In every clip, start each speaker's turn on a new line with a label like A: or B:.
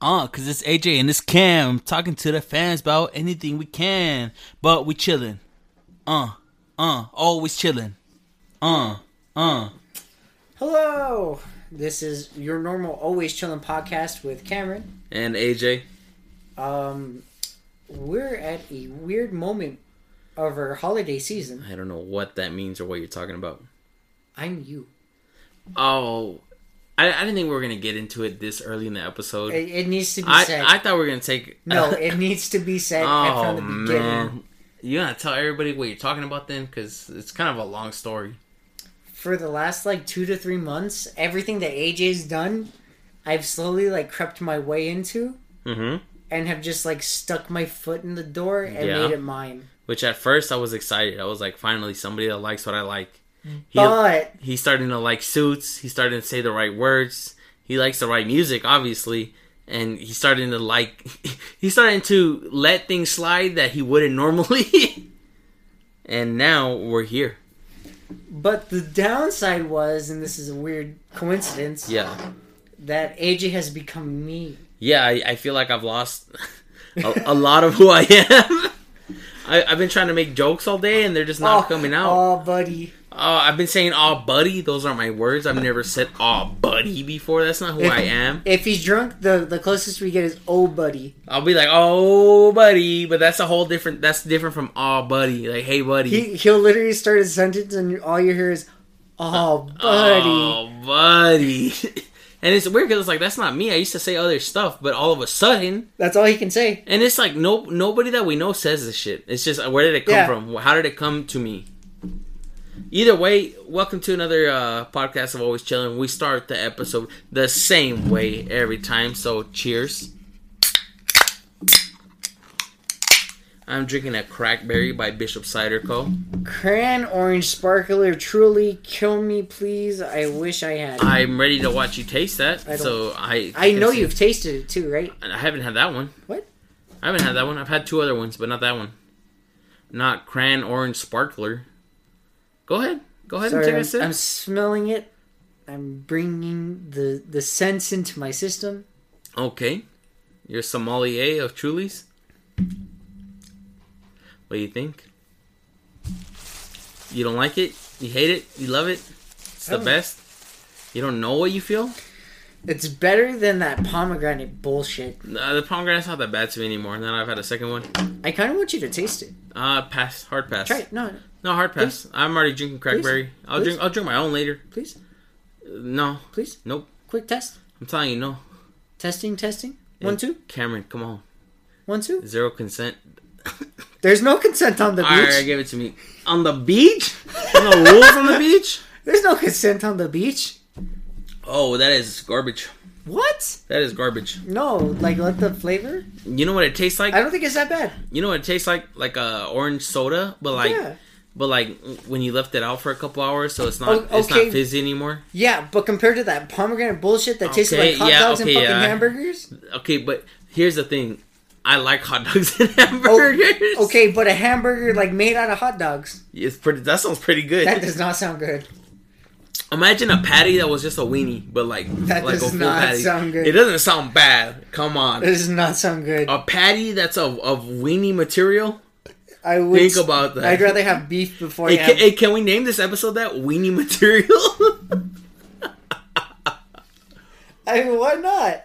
A: Uh, cause it's AJ and it's Cam talking to the fans about anything we can, but we chilling. Uh, uh, always chilling. Uh, uh.
B: Hello. This is your normal always chilling podcast with Cameron.
C: And AJ,
B: Um, we're at a weird moment of our holiday season.
C: I don't know what that means or what you're talking about.
B: I'm you.
C: Oh, I, I didn't think we were gonna get into it this early in the episode.
B: It, it needs to be
C: I,
B: said.
C: I thought we were gonna take
B: no, it needs to be said right
C: oh
B: from the beginning.
C: man, you gonna tell everybody what you're talking about then? Because it's kind of a long story.
B: For the last like two to three months, everything that AJ's done, I've slowly like crept my way into
C: Mm-hmm.
B: and have just like stuck my foot in the door and
C: Yeah.
B: made it mine.
C: Which at first I was excited. I was like, finally somebody that likes what I like. He,
B: Mm-hmm. But
C: he's starting to like suits. He's starting to say the right words. He likes the right music, obviously, and he's starting to like. He's starting to let things slide that he wouldn't normally. and now we're here.
B: but the downside was, and this is a weird coincidence,
C: Yeah,
B: that AJ has become me.
C: yeah. I, I feel like I've lost a, a lot of who I am. I, I've been trying to make jokes all day, and they're just not coming out.
B: Oh, buddy.
C: Uh, I've been saying "aw, buddy." Those aren't my words. I've never said "aw, buddy" before. That's not who I am.
B: If he's drunk, the the closest we get is oh, buddy.
C: I'll be like, "Oh, buddy," but that's a whole different. That's different from "aw, buddy." Like, "Hey, buddy."
B: He he'll literally start a sentence and all you hear is oh, buddy.
C: Oh, buddy. and it's weird because it's like that's not me. I used to say other stuff, but all of a sudden,
B: That's all he can say.
C: and it's like no nobody that we know says this shit. It's just uh, where did it come
B: Yeah.
C: from? How did it come to me? Either way, welcome to another uh, podcast of Always Chilling. We start the episode the same way every time, so cheers. I'm drinking a crackberry by Bishop Cider Co.
B: Cran orange sparkler truly kill me please. I wish I had. I,
C: I'm ready to watch you taste that.
B: I don't-
C: so I can
B: know
C: see-
B: you've tasted it too, right?
C: I haven't had that one.
B: What?
C: I haven't had that one. I've had two other ones, but not that one. Not cran orange sparkler. Go ahead. Go ahead
B: Sorry,
C: and
B: I'm,
C: take a
B: I'm
C: sip.
B: smelling it. I'm bringing the the sense into my system.
C: Okay. Your sommelier of Trulies. What do you think? You don't like it? You hate it? You love it? It's the
B: Oh.
C: best. You don't know what you feel?
B: It's better than that pomegranate bullshit.
C: Uh, the pomegranate's not that bad to me anymore. Now that I've had a second one.
B: I kind of want you to taste it.
C: Uh, pass. Hard pass.
B: Try it. No,
C: No hard pass. I'm already drinking crackberry. I'll
B: Please?
C: drink. I'll drink my own later.
B: please,
C: No.
B: please.
C: Nope.
B: Quick test.
C: I'm telling you, no.
B: Testing, testing. One,
C: And
B: two,
C: Cameron, come on.
B: one, two.
C: Zero consent.
B: There's no consent on the beach.
C: Alright, give it to me. On the beach? There's no rules on the beach?
B: There's no consent on the beach.
C: Oh, that is garbage.
B: What?
C: That is garbage.
B: No, like let the flavor.
C: You know what it tastes like?
B: I don't think it's that bad.
C: You know what it tastes like? Like a orange soda, but like,
B: yeah,
C: but like when you left it out for a couple hours, so it's not
B: Oh,
C: it's
B: okay.
C: not fizzy anymore.
B: yeah, but compared to that pomegranate bullshit that tastes
C: Okay,
B: like hot
C: yeah,
B: dogs and
C: okay,
B: fucking
C: yeah.
B: hamburgers.
C: Okay, but here's the thing. I like hot dogs and hamburgers.
B: Oh, Okay, but a hamburger like made out of hot dogs.
C: it's pretty. That sounds pretty good.
B: That does not sound good.
C: Imagine a patty that was just a weenie, but like
B: That
C: like
B: does
C: a full
B: not
C: patty.
B: sound good.
C: It doesn't sound bad. Come
B: That
C: on,
B: does not sound good.
C: a patty that's of of weenie material.
B: I would
C: Think about that.
B: I'd rather have beef before
C: Hey,
B: I
C: can,
B: have.
C: hey, can we name this episode that weenie material?
B: I mean, why not?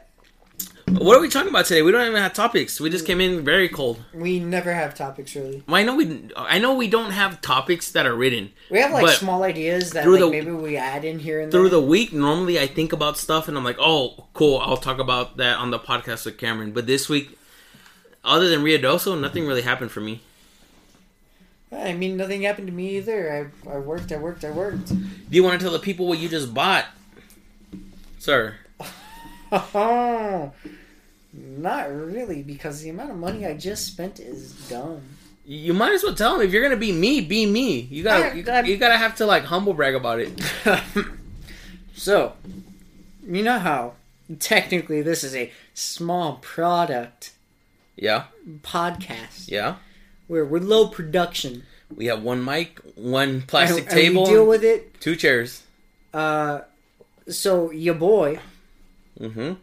C: what are we talking about today? We don't even have topics. We just came in very cold.
B: We never have topics really.
C: Well, I know we I know we don't have topics that are written.
B: We have like
C: But
B: small ideas that
C: through
B: like
C: the-
B: maybe we add in here and
C: Through
B: there.
C: the week, normally I think about stuff and I'm like, oh, cool, I'll talk about that on the podcast with Cameron. But this week, other than Rio Doso, nothing really happened for me.
B: I mean, nothing happened to me either. I, I worked, I worked, I worked.
C: Do you want to tell the people what you just bought, sir?
B: Oh, not really, because the amount of money I just spent is dumb.
C: You might as well tell them if you're gonna be me, be me. You gotta, you,
B: I- I-
C: you gotta have to like humble brag about it.
B: so, you know how technically this is a small product
C: Yeah,
B: podcast
C: yeah.
B: where we're low production.
C: We have one mic, one plastic
B: and,
C: table,
B: And we deal with it.
C: two chairs.
B: Uh, so, your boy
C: Mm-hmm.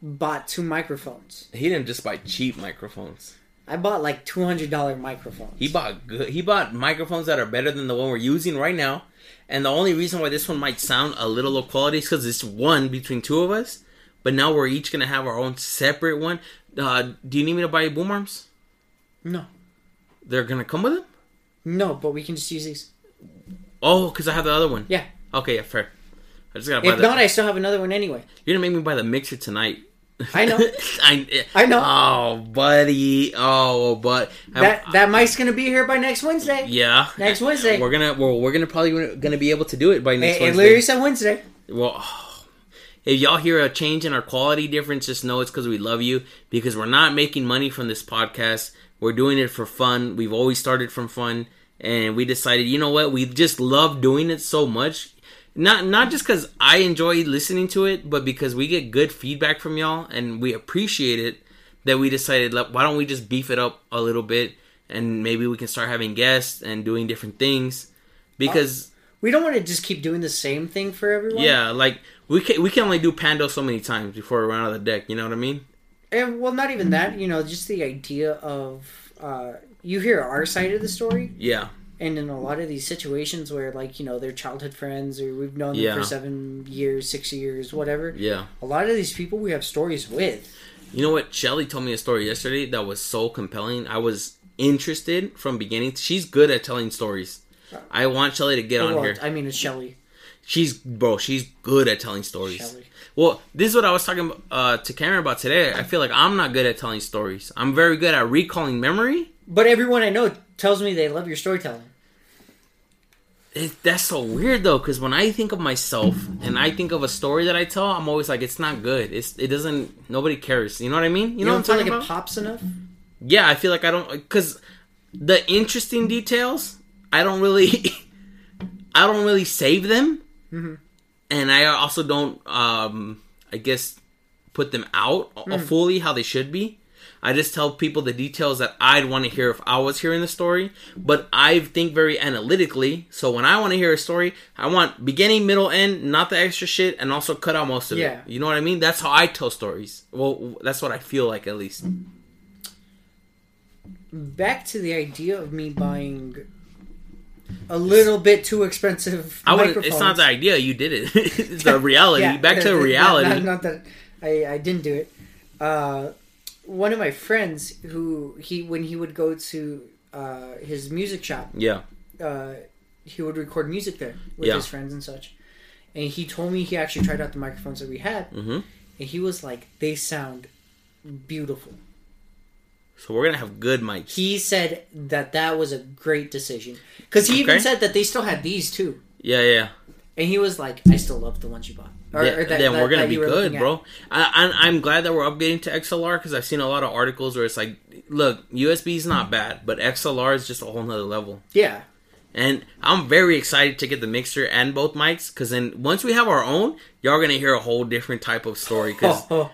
B: bought two microphones.
C: He didn't just buy cheap microphones.
B: I bought like two hundred dollar microphones.
C: He bought good. He bought microphones that are better than the one we're using right now. And the only reason why this one might sound a little low quality is because it's one between two of us. But now we're each gonna have our own separate one. Uh, do you need me to buy boom arms?
B: no,
C: They're gonna come with them.
B: no, but we can just use these.
C: Oh, because I have the other one.
B: Yeah.
C: Okay, yeah, fair. I just gotta buy
B: If
C: that.
B: not, I still have another one anyway.
C: You're gonna make me buy the mixer tonight.
B: I know.
C: I,
B: I know.
C: Oh, buddy. Oh, but
B: That that mic's gonna be here by next Wednesday.
C: yeah.
B: Next Wednesday.
C: We're gonna. Well, we're gonna probably gonna be able to do it by next
B: It, it
C: Wednesday.
B: literally said Wednesday.
C: Well, if y'all hear a change in our quality difference, just know it's because we love you. Because we're not making money from this podcast. We're doing it for fun. We've always started from fun, and we decided, you know what? We just love doing it so much. Not not just because I enjoy listening to it, but because we get good feedback from y'all, and we appreciate it. That we decided, like, why don't we just beef it up a little bit, and maybe we can start having guests and doing different things. Because
B: We don't want to just keep doing the same thing for everyone.
C: yeah, like we can we can only do Pando so many times before we run out of the deck. You know what I mean?
B: And, well, not even that. You know, just the idea of uh, you hear our side of the story,
C: Yeah,
B: and in a lot of these situations where, like, you know, they're childhood friends or we've known them
C: Yeah.
B: for seven years, six years, whatever.
C: yeah.
B: A lot of these people we have stories with.
C: You know what? Shelly told me a story yesterday that was so compelling. I was interested from beginning. She's good at telling stories. I want Shelly to get on
B: Well,
C: here.
B: I mean, it's Shelly.
C: She's bro. She's good at telling stories.
B: Shelly.
C: Well, this is what I was talking uh, to Cameron about today. I feel like I'm not good at telling stories. I'm very good at recalling memory.
B: But everyone I know tells me they love your storytelling.
C: It, that's so weird though, because when I think of myself and I think of a story that I tell, I'm always like, it's not good. It's it doesn't. Nobody cares. You know what I mean? You,
B: You
C: know
B: don't
C: what I'm
B: feel
C: talking
B: like
C: about?
B: it pops enough?
C: yeah, I feel like I don't because the interesting details I don't really, I don't really save them, and I also don't, um, I guess, put them out fully how they should be. I just tell people the details that I'd want to hear if I was hearing the story, but I think very analytically. So when I want to hear a story, I want beginning, middle, end, not the extra shit, and also cut out most of
B: Yeah.
C: it. You know what I mean? That's how I tell stories. Well, that's what I feel like at least.
B: Back to the idea of me buying a little bit too expensive
C: I would.
B: microphones.
C: It's not the idea. You did it. it's the reality.
B: Yeah,
C: Back to
B: not-
C: reality.
B: Not, not that I, I didn't do it. Uh, one of my friends who he when he would go to uh, his music shop,
C: Yeah.
B: uh, he would record music there with
C: Yeah.
B: his friends and such. And he told me he actually tried out the microphones that we had,
C: Mhm.
B: and he was like, "They sound beautiful."
C: So we're gonna have good mics.
B: He said that that was a great decision because he even
C: Okay.
B: said that they still had these too,
C: yeah, yeah.
B: and he was like, "I still love the ones you bought." Or,
C: Th-
B: or that-
C: then
B: that-
C: we're gonna
B: that
C: be
B: you were
C: good,
B: looking at.
C: bro. I, I, I'm glad that we're upgrading to XLR because I've seen a lot of articles where it's like, look, USB is not bad, but XLR is just a whole nother level.
B: Yeah,
C: And I'm very excited to get the mixer and both mics because then once we have our own, y'all are gonna hear a whole different type of story because
B: Oh.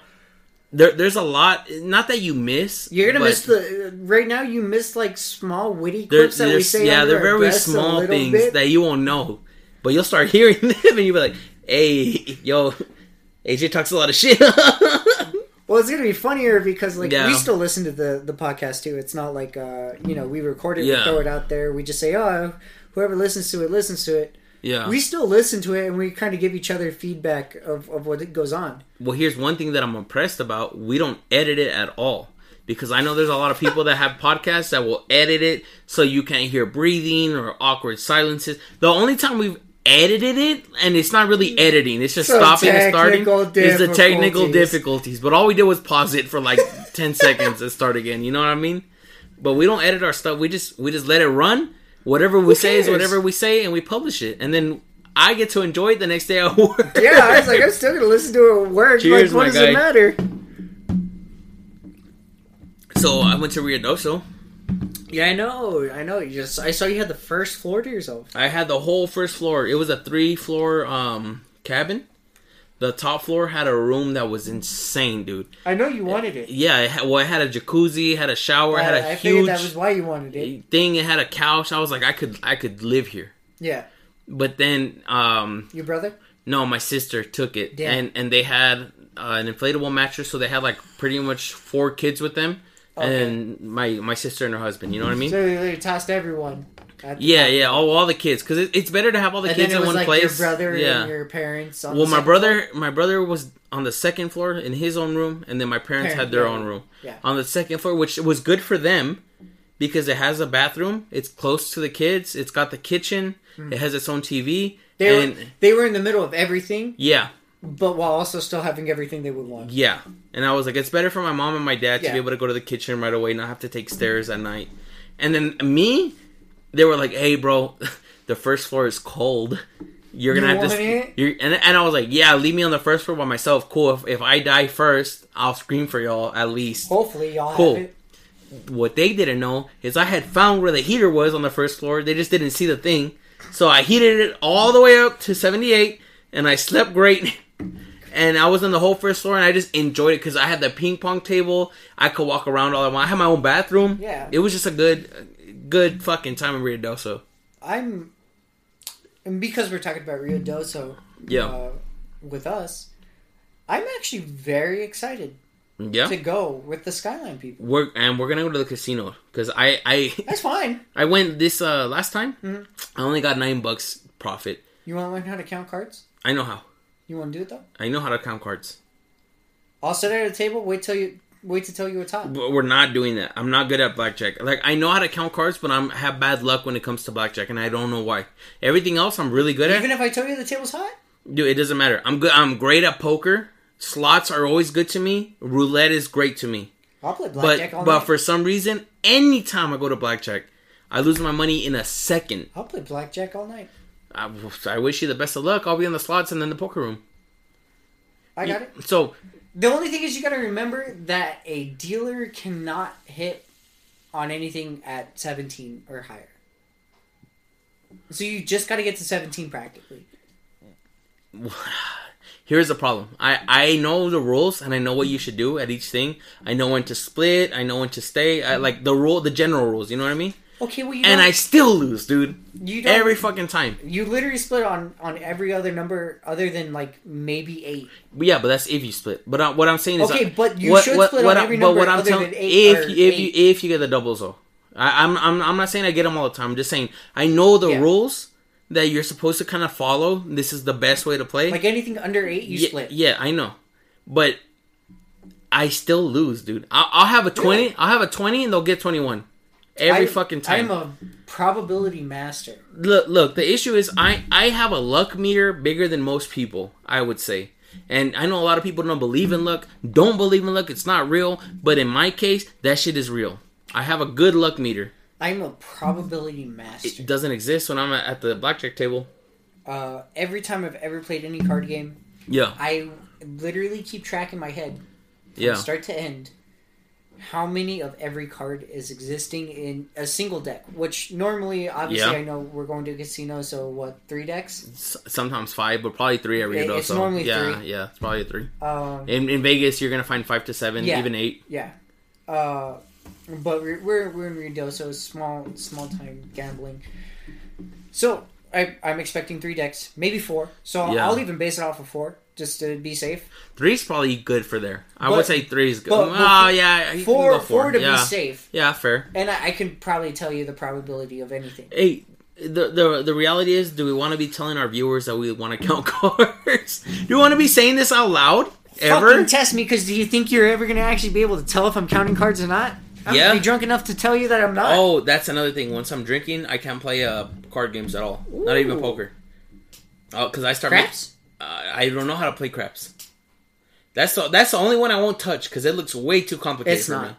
C: there, there's a lot. Not that you miss.
B: You're gonna
C: but-
B: miss the right now. You miss like small witty
C: They're,
B: clips that
C: they're-
B: we say.
C: yeah,
B: under
C: they're
B: our
C: very
B: breaths a
C: small
B: little
C: things
B: bit.
C: that you won't know, but you'll start hearing them and you'll be like, "Hey, yo, AJ talks a lot of shit."
B: well, it's gonna be funnier because like
C: Yeah.
B: we still listen to the the podcast too. It's not like uh you know we record it,
C: Yeah.
B: we throw it out there. We just say oh whoever listens to it listens to it.
C: yeah.
B: We still listen to it and we kind of give each other feedback of of what it goes on.
C: well, here's one thing that I'm impressed about: we don't edit it at all because I know there's a lot of people that have podcasts that will edit it so you can't hear breathing or awkward silences. The only time we've edited it and it's not really editing it's just
B: So
C: stopping and starting
B: technical
C: is the technical
B: difficulties.
C: difficulties but all we did was pause it for like 10 seconds and start again you know what i mean but we don't edit our stuff. We just we just let it run. Whatever we say is
B: cares?
C: whatever we say, and we publish it. And then I get to enjoy it the next day at work.
B: Yeah, I was like, I'm still gonna listen to it at work.
C: Cheers,
B: like,
C: my
B: what does
C: guy.
B: it matter?
C: so I went to Riadoso.
B: Yeah, I know, I know. You just I saw you had the first floor to yourself.
C: I had the whole first floor. It was a three floor um cabin. The top floor had a room that was insane, dude.
B: I know you wanted it.
C: Yeah, it had, well, it had a jacuzzi, it had a shower, it had a
B: Uh, I figured
C: huge
B: that was why you wanted it.
C: thing. It had a couch. I was like, I could, I could live here.
B: Yeah,
C: But then, um,
B: your brother.
C: No, my sister took it,
B: Yeah.
C: and and they had uh, an inflatable mattress, so they had like pretty much four kids with them, and then my my sister and her husband. You know what I mean?
B: So they they tossed everyone. At the
C: yeah,
B: top.
C: yeah, all, all the kids, because it, it's better to have all the
B: And
C: kids
B: then it
C: in one
B: was like
C: place.
B: your brother
C: yeah.
B: and your parents. On
C: well,
B: the
C: my
B: second floor.
C: brother, my brother was on the second floor in his own room, and then my parents had
B: Parent,
C: their
B: yeah.
C: own room
B: Yeah.
C: on the second floor, which was good for them because it has a bathroom. It's close to the kids. It's got the kitchen. It has its own TV.
B: Mm. They
C: and
B: were, they were in the middle of everything,
C: yeah,
B: but while also still having everything they would want.
C: yeah. And I was like, it's better for my mom and my dad to
B: Yeah.
C: be able to go to the kitchen right away, not have to take stairs at night. And then me, they were like, hey, bro, the first floor is cold. You're gonna
B: You
C: have
B: want
C: to.
B: it?
C: You're, and and I was like, yeah, leave me on the first floor by myself. Cool. If, if I die first, I'll scream for y'all at least.
B: Hopefully, y'all
C: Cool.
B: have it.
C: What they didn't know is I had found where the heater was on the first floor. They just didn't see the thing. So I heated it all the way up to 78 and I slept great. And I was on the whole first floor and I just enjoyed it because I had the ping pong table. I could walk around all I want. I had my own bathroom.
B: Yeah.
C: It was just a good, good fucking time in Rio Doso.
B: I'm, and because we're talking about Rio Doso,
C: Yeah.
B: uh, with us, I'm actually very excited
C: yeah.
B: to go with the Skyline people.
C: We're, and we're gonna go to the casino because I, I,
B: That's fine.
C: I went this uh last time.
B: Mm-hmm.
C: I only got nine bucks profit.
B: You want to learn how to count cards?
C: I know how.
B: You want to do it though?
C: I know how to count cards.
B: I'll sit at a table. Wait till you wait to tell you a top.
C: But we're not doing that. I'm not good at blackjack. Like I know how to count cards, but I'm I have bad luck when it comes to blackjack, and I don't know why. Everything else, I'm really good at.
B: Even if I tell you the table's hot,
C: Dude, it doesn't matter. I'm good. I'm great at poker. Slots are always good to me. Roulette is great to me.
B: I'll play
C: But
B: blackjack all
C: but
B: night.
C: for some reason, anytime I go to blackjack, I lose my money in a second.
B: I'll play blackjack all night.
C: I, I wish you the best of luck. I'll be in the slots and then the poker room.
B: I got it.
C: So
B: The only thing is you got to remember that a dealer cannot hit on anything at 17 or higher. So you just got to get to 17 practically.
C: here's the problem. I I know the rules and I know what you should do at each thing. I know when to split. I know when to stay. I like the rule, the general rules. You know what I mean?
B: Okay, well you
C: And
B: don't-
C: I still lose, dude.
B: you don't,
C: Every fucking time.
B: you literally split on on every other number other than like maybe 8.
C: But yeah, but that's if you split. But I, what I'm saying is,
B: Okay,
C: I-
B: but you should split on
C: I-
B: every
C: but
B: number
C: what I'm
B: other
C: telling-
B: than eight
C: if
B: or
C: if
B: eight.
C: you if you get the doubles though, I, I'm I'm I'm not saying I get them all the time. I'm just saying I know the
B: Yeah.
C: rules that you're supposed to kind of follow. This is the best way to play.
B: Like anything under 8 you
C: yeah,
B: split.
C: yeah, I know, but I still lose, dude. I'll, I'll have a twenty. I'll have a twenty, and they'll get twenty-one every
B: I-
C: fucking time.
B: I'm a probability master.
C: look, look. The issue is, I I have a luck meter bigger than most people. I would say. And I know a lot of people don't believe in luck, don't believe in luck, it's not real, but in my case, that shit is real. I have a good luck meter.
B: I'm a probability master.
C: It doesn't exist when I'm at the blackjack table.
B: Uh, every time I've ever played any card game,
C: Yeah,
B: I literally keep track in my head
C: yeah.
B: start to end how many of every card is existing in a single deck which normally obviously
C: Yeah.
B: i know we're going to a casino so what three decks
C: S- sometimes five, but probably three every
B: It-
C: day.
B: it's
C: so.
B: normally
C: yeah,
B: three.
C: yeah, it's probably three.
B: um
C: In, in Vegas, you're gonna find five to seven,
B: Yeah.
C: even eight.
B: yeah uh but we're we're, we're in Rio, so it's small small time gambling so I, i'm expecting three decks maybe four so
C: Yeah.
B: i'll even base it off of four just to be safe
C: Three's probably good for there. I
B: But-
C: would say three's good.
B: but-
C: oh
B: but
C: yeah, you can
B: four
C: go
B: four to
C: yeah.
B: be safe
C: Yeah, fair.
B: and I, I can probably tell you the probability of anything
C: Hey, the the the reality is, do we want to be telling our viewers that we want to count cards? do we want to be saying this out loud ever?
B: Fucking test me, because do you think you're ever gonna actually be able to tell if I'm counting cards or not? I'm
C: Yeah.
B: gonna be drunk enough to tell you that I'm not.
C: oh, that's another thing. Once I'm drinking, I can't play uh card games at all. Not even
B: Ooh.
C: poker. Oh, because I start
B: Craps?
C: Uh, I don't know how to play craps. That's the that's the only one I won't touch because it looks way too complicated
B: It's
C: for
B: not.
C: me.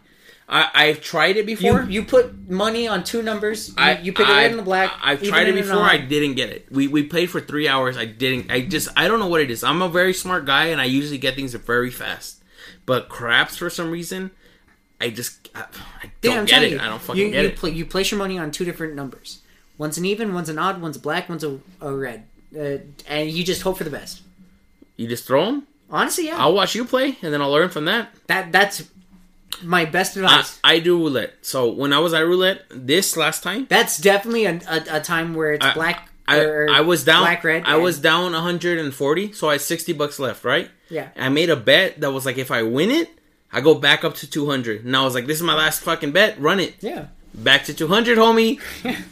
C: I I've tried it
B: You
C: before.
B: you put money on two numbers. You,
C: I,
B: you pick it
C: I,
B: red and the black.
C: I, have
B: even
C: tried it
B: and
C: before.
B: odd.
C: I didn't get it. We we played for three hours. I didn't. I just I don't know what it is. I'm a very smart guy, and I usually get things very fast. But craps, for some reason, I just I, I
B: Damn,
C: don't
B: I'm
C: get
B: telling
C: it.
B: you,
C: I don't fucking
B: you,
C: get
B: you
C: it.
B: Pla- you place your money on two different numbers. One's an even, one's an odd, one's a black, one's a, a red, uh, and you just hope for the best.
C: you just throw them.
B: Honestly, yeah,
C: I'll watch you play, and then I'll learn from that.
B: that that's my best
C: I,
B: advice.
C: I do roulette. So when I was at roulette this last time,
B: that's definitely a, a, a time where it's
C: I-
B: black
C: I,
B: Or
C: I was down.
B: black, red,
C: I
B: and-
C: was down 140, so I had 60 bucks left, right?
B: Yeah.
C: I made a bet that was like, if I win it, I go back up to 200. And I was like, this is my last fucking bet. Run it
B: Yeah.
C: back to 200 homie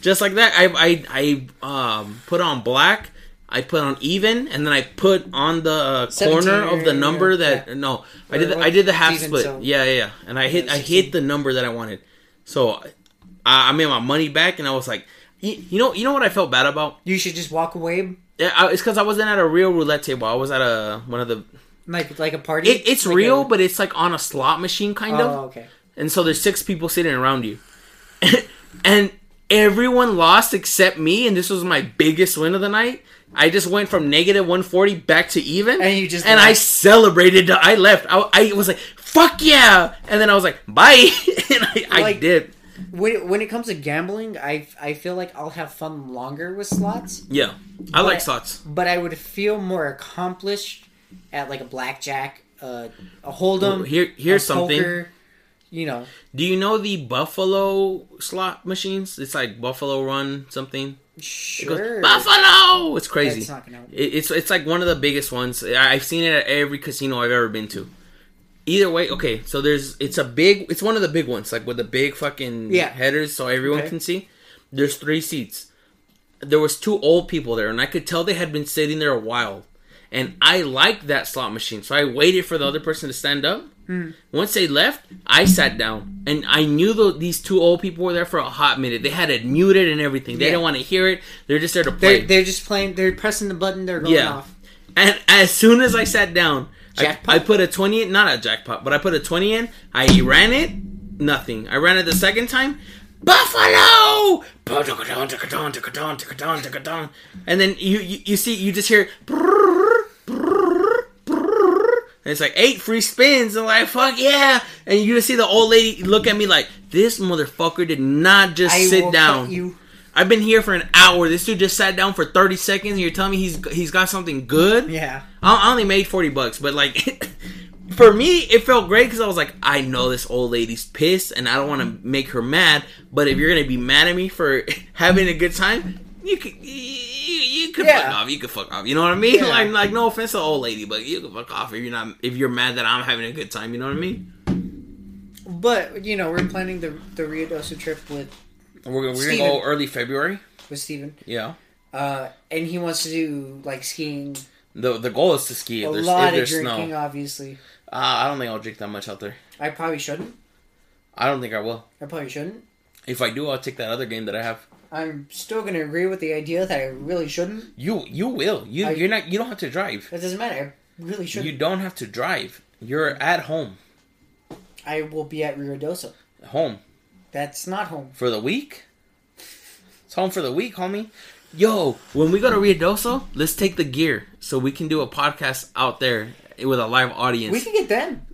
C: just like that i i, I um, put on black i put on even and then i put on the uh,
B: 17
C: corner of the
B: or-
C: number that
B: yeah.
C: no i
B: Or
C: did the,
B: what-
C: i did the half
B: even,
C: split
B: so-
C: yeah yeah yeah and i hit i hit
B: 16.
C: the number that i wanted so i i made my money back and i was like you, you know you know what i felt bad about
B: You should just walk away
C: Yeah, I- it's because i wasn't at a real roulette table i was at a one of the
B: like like a party.
C: it, it's
B: Like
C: real
B: a-
C: but it's like on a slot machine kind of
B: Oh, okay.
C: and so there's six people sitting around you. and everyone lost except me, and this was my biggest win of the night. I just went from negative 140 back to even.
B: And you just
C: And I
B: left.
C: celebrated. I left. I, I was like, fuck yeah. And then I was like, bye. and I, I
B: Like-
C: did.
B: When it, when it comes to gambling, I I feel like I'll have fun longer with slots,
C: Yeah. I like
B: But-
C: slots.
B: but I would feel more accomplished at like a blackjack, uh, a hold'em.
C: Here, here's
B: a
C: something.
B: poker, you know,
C: Do you know the Buffalo slot machines? It's like Buffalo Run something. It goes,
B: sure.
C: Buffalo! It's crazy.
B: That's not gonna help.
C: It, it's it's like one of the biggest ones. I- I've seen it at every casino I've ever been to. Either way, okay. So there's it's a big. It's one of the big ones, like with the big fucking
B: Yeah.
C: headers, so everyone
B: Okay.
C: can see. There's three seats. There was two old people there, and I could tell they had been sitting there a while. And I liked that slot machine, so I waited for the other person to stand up.
B: Hmm.
C: Once they left, I sat down, and I knew tho- these two old people were there for a hot minute. They had it muted and everything. They
B: Yeah.
C: didn't want to hear it. They're just there to play.
B: They're, they're just playing. They're pressing the button. They're going
C: Yeah.
B: off.
C: And as soon as I sat down, I,
B: Jackpot?
C: I put a 20 in, not a jackpot, but I put a 20 in. I ran it, nothing. I ran it the second time, Buffalo! And then you, you, you see, you just hear, and it's like eight free spins. And like, fuck yeah. And you just see the old lady look at me like, this motherfucker did not just
B: I
C: sit
B: will
C: down.
B: Cut you.
C: I've been here for an hour. This dude just sat down for thirty seconds, and you're telling me he's he's got something good.
B: Yeah.
C: I I only made forty bucks, but like, for me, it felt great because I was like, I know this old lady's pissed, and I don't want to make her mad. But if you're gonna be mad at me for having a good time, you could you, you could fuck
B: Yeah.
C: off. You could fuck off. You know what I mean?
B: Yeah.
C: Like like no offense to the old lady, but you could fuck off if you're not if you're mad that I'm having a good time. You know what I mean?
B: But you know, we're planning the the Rio Doce trip with
C: We're,
B: we're gonna go Steven.
C: early February.
B: with Steven.
C: Yeah.
B: Uh, and he wants to do like skiing,
C: The, the goal is to ski.
B: a lot of drinking, obviously.
C: Uh, I don't think I'll drink that much out there.
B: I probably shouldn't.
C: I don't think I will.
B: I probably shouldn't.
C: If I do, I'll take that other game that I have.
B: I'm still gonna agree with the idea that I really shouldn't.
C: You you will. You
B: I-
C: you're not. You don't have to drive.
B: It doesn't matter. I really shouldn't.
C: You don't have to drive. You're at home.
B: I will be at Rio Doce.
C: Home
B: That's not home.
C: for the week. It's home for the week, homie. Yo, when we go to Riadoso, let's take the gear so we can do a podcast out there with a live audience.
B: We can get them.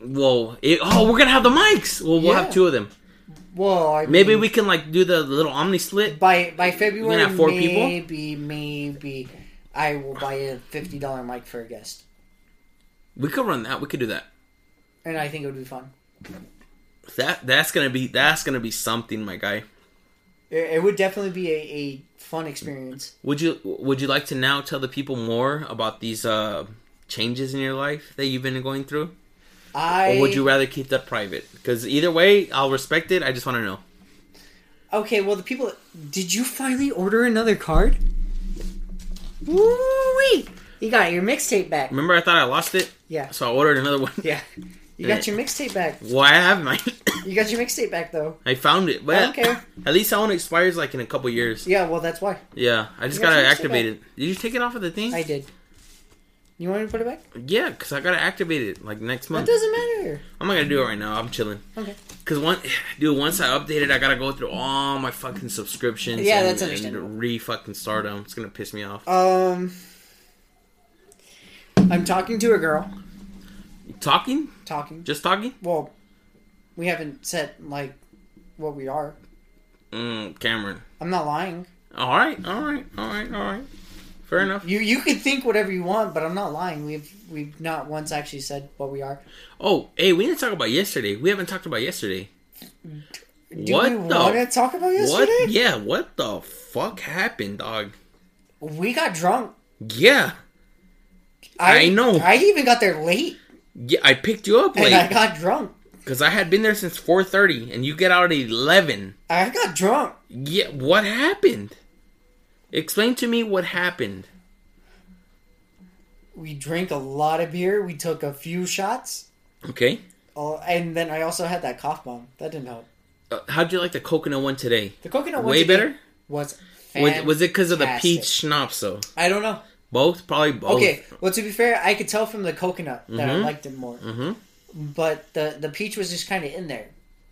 C: Whoa! It, oh, we're gonna have the mics. Well, we'll
B: Yeah.
C: have two of them.
B: Well, I
C: Maybe
B: mean,
C: we can like do the little omni slit.
B: by by February
C: have four people?
B: maybe maybe I will buy a fifty dollar mic for a guest,
C: We could run that. We could do that.
B: and I think it would be fun.
C: That that's gonna be that's gonna be something, my guy.
B: It, it would definitely be a, a fun experience.
C: Would you would you like to now tell the people more about these uh, changes in your life that you've been going through,
B: I
C: or would you rather keep that private? Because either way, I'll respect it. I just want to know.
B: Okay, well, the people. Did you finally order another card? Woo-wee! You got your mixtape back.
C: Remember, I thought I lost it,
B: Yeah,
C: so I ordered another one.
B: yeah. You got your mixtape back.
C: Well, I have mine.
B: You got your mixtape back though.
C: I found it, but
B: I don't care.
C: at least that one expires like in a couple years. Yeah,
B: Yeah, well, that's why
C: I just
B: You got
C: gotta
B: your shit
C: activate
B: back.
C: it. Did you take it off of the thing?
B: I did. You want me to put it back?
C: Yeah, because I gotta activate it like next
B: That
C: month.
B: doesn't matter.
C: I'm not gonna do it right now. I'm chilling.
B: Okay.
C: Cause one, dude, once I update it, I gotta go through all my fucking subscriptions.
B: Yeah,
C: and,
B: that's understandable.
C: Re fucking start 'em. It's gonna piss me off.
B: Um, I'm talking to a girl.
C: Talking,
B: Talking.
C: just talking.
B: Well, we haven't said like what we are.
C: Mm, Cameron.
B: I'm not lying.
C: All right, all right, all right, all right. Fair enough.
B: You you can think whatever you want, but I'm not lying. We've we've not once actually said what we are.
C: Oh, hey, we didn't talk about yesterday. We haven't talked about yesterday.
B: Do
C: What
B: we
C: the-
B: want to talk about yesterday?
C: What? Yeah. What the fuck happened, dog?
B: We got drunk.
C: Yeah. I know.
B: I even got there late,
C: Yeah, I picked you up
B: and I
C: late
B: got drunk.
C: because I had been there since 4:30, and you get out at 11.
B: I got drunk.
C: Yeah, what happened? Explain to me what happened.
B: We drank a lot of beer. We took a few shots.
C: Okay.
B: Oh, and then I also had that cough bomb. That didn't help.
C: Uh, how'd you like the coconut one today?
B: The coconut one
C: Way
B: today
C: better.
B: was
C: Was, was it because of the
B: fantastic.
C: peach schnapps though?
B: I don't know.
C: Both, probably both.
B: Okay, well to be fair, I could tell from the coconut that I
C: Mhm.
B: liked it more,
C: Oh. Mm-hmm.
B: but the the peach was just kind of in there.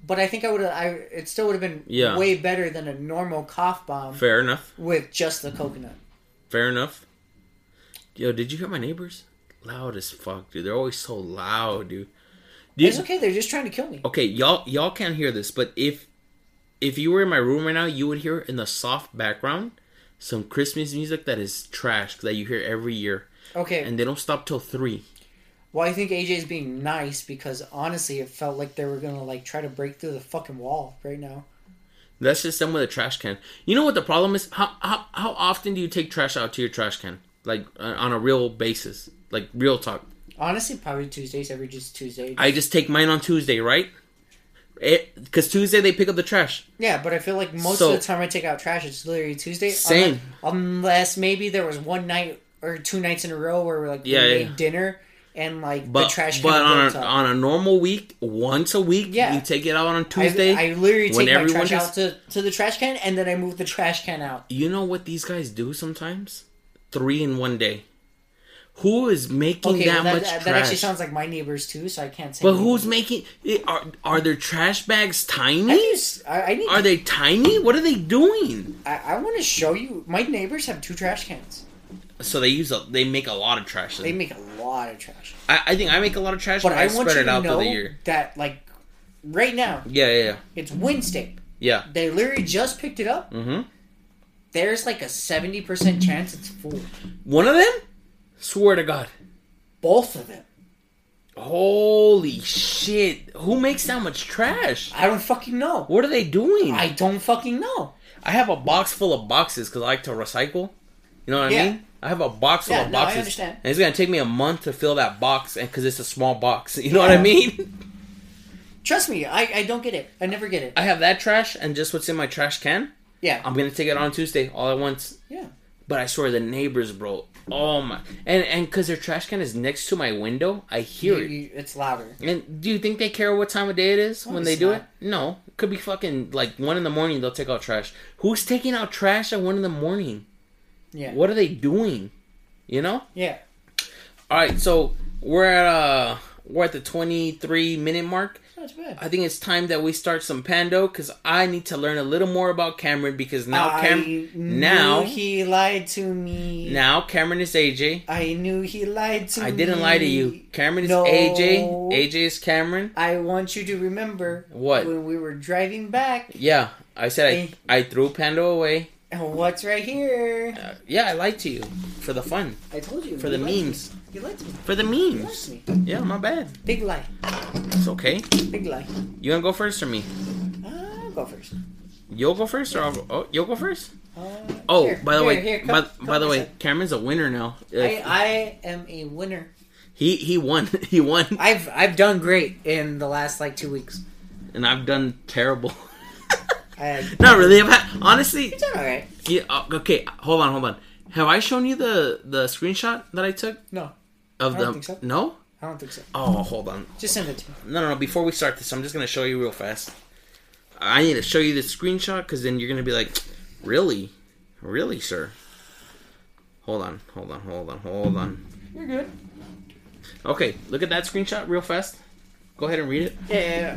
B: But I think I would have. I it still would have been
C: Yeah.
B: way better than a normal cough bomb
C: Fair enough.
B: with just the coconut.
C: Fair enough. Yo, did you hear my neighbors? Loud as fuck, dude. They're always so loud, dude. Dude,
B: It's okay. They're just trying to kill me.
C: okay y'all y'all can't hear this but if if you were in my room right now you would hear in the soft background some christmas music that is trash that you hear every year
B: Okay.
C: Oh. and they don't stop till three
B: well, I think AJ is being nice because honestly, it felt like they were gonna like try to break through the fucking wall right now.
C: that's just them with a trash can you know what the problem is how how, how often do you take trash out to your trash can like uh, on a real basis like real talk
B: Honestly, probably Tuesdays. Every just Tuesday.
C: i just take mine on tuesday right because tuesday they pick up the trash
B: Yeah, but I feel like most
C: So-
B: of the time I take out trash, it's literally Tuesday.
C: Same.
B: Unless, unless maybe there was one night or two nights in a row where we're like
C: Yeah,
B: we
C: yeah,
B: made
C: yeah.
B: dinner and like
C: but
B: the trash can
C: but on
B: built
C: a,
B: up.
C: on a normal week once a week
B: Yeah.
C: you take it out on
B: I-
C: tuesday
B: I, literally
C: when
B: take my
C: everyone
B: trash
C: has-
B: out to, to the trash can and then I move the trash can out.
C: You know what these guys do sometimes? Three in one day. Who is making
B: Okay,
C: that
B: well,
C: much
B: that, that,
C: trash?
B: that actually sounds like my neighbors too, so I can't say.
C: but
B: anything.
C: who's making? Are are their trash bags
B: I,
C: tiny?
B: just, I, I need.
C: Are they tiny? What are they doing?
B: I, I want to show you. My neighbors have two trash cans.
C: So they use a, they make a lot of trash.
B: They
C: Then.
B: make a lot of trash.
C: I, I think I make a lot of trash,
B: But
C: but
B: I,
C: I,
B: want
C: spread
B: you
C: it
B: to
C: out through the
B: know
C: year.
B: that, like, right now
C: Yeah, yeah,
B: it's Wednesday.
C: yeah.
B: They literally just picked it up.
C: yeah. hmm
B: there's like a 70% chance it's full.
C: One of them? Swear to God.
B: Both of them.
C: Holy shit! Who makes that much trash?
B: I don't fucking know.
C: What are they doing?
B: I don't fucking know.
C: I have a box full of boxes because I like to recycle. You know what I
B: Yeah.
C: mean? I have a box full
B: Yeah,
C: of
B: no, I
C: boxes,
B: understand.
C: and it's gonna take me a month to fill that box, and because it's a small box, you know what
B: Yeah.
C: I mean.
B: Trust me, I, I don't get it. I never get it.
C: I have that trash and just what's in my trash can.
B: Yeah.
C: I'm gonna take it on Tuesday all at once.
B: yeah.
C: But I swear the neighbors, bro. Oh my! And and because their trash can is next to my window, I hear
B: You-
C: it.
B: you- it's louder.
C: And do you think they care what time of day it is when they
B: it's
C: do
B: not.
C: it? No, it could be fucking like one in the morning. They'll take out trash. Who's taking out trash at one in the morning?
B: Yeah.
C: What are they doing? You know.
B: Yeah.
C: All right, so we're at uh we're at the 23 minute mark.
B: That's bad.
C: I think it's time that we start some Pando because I need to learn a little more about Cameron because now Cam
B: I
C: now
B: knew he lied to me.
C: now Cameron is AJ.
B: I knew he lied to me.
C: I didn't lie to you. Cameron is
B: No.
C: AJ. AJ is Cameron.
B: I want you to remember
C: What?
B: when we were driving back.
C: Yeah, I
B: Eh.
C: said I I threw Pando away.
B: And what's right here?
C: Uh, yeah, I lied to you for the fun,
B: I told you
C: for the
B: you lied to me.
C: memes,
B: You lied to me.
C: for the
B: You lied to
C: memes.
B: me.
C: Yeah, my bad.
B: Big lie.
C: It's okay.
B: Big lie.
C: You gonna go first or me?
B: I'll go first.
C: You'll go first or I'll, oh, you'll go first.
B: Uh,
C: Oh,
B: here,
C: by the
B: here,
C: way,
B: here, come-
C: by,
B: come
C: by the way, uh,
B: listen.
C: Cameron's a winner now.
B: I, I am a winner.
C: he he won. he won,
B: I've I've done great in the last like two weeks.
C: and I've done terrible.
B: I,
C: Not really. I've had, honestly.
B: it's all right.
C: Yeah, uh, okay, hold on, hold on. Have I shown you the the screenshot that I took
B: No,
C: of
B: I
C: the?
B: don't think so.
C: No.
B: I don't think so.
C: Oh, hold on.
B: Just send it to me.
C: No, no, no. Before we start this, I'm just gonna show you real fast. I need to show you the screenshot because then you're gonna be like, really, really, sir. Hold on, hold on, hold on, hold on.
B: You're good.
C: Okay, look at that screenshot real fast. Go ahead and read it.
B: Yeah, yeah,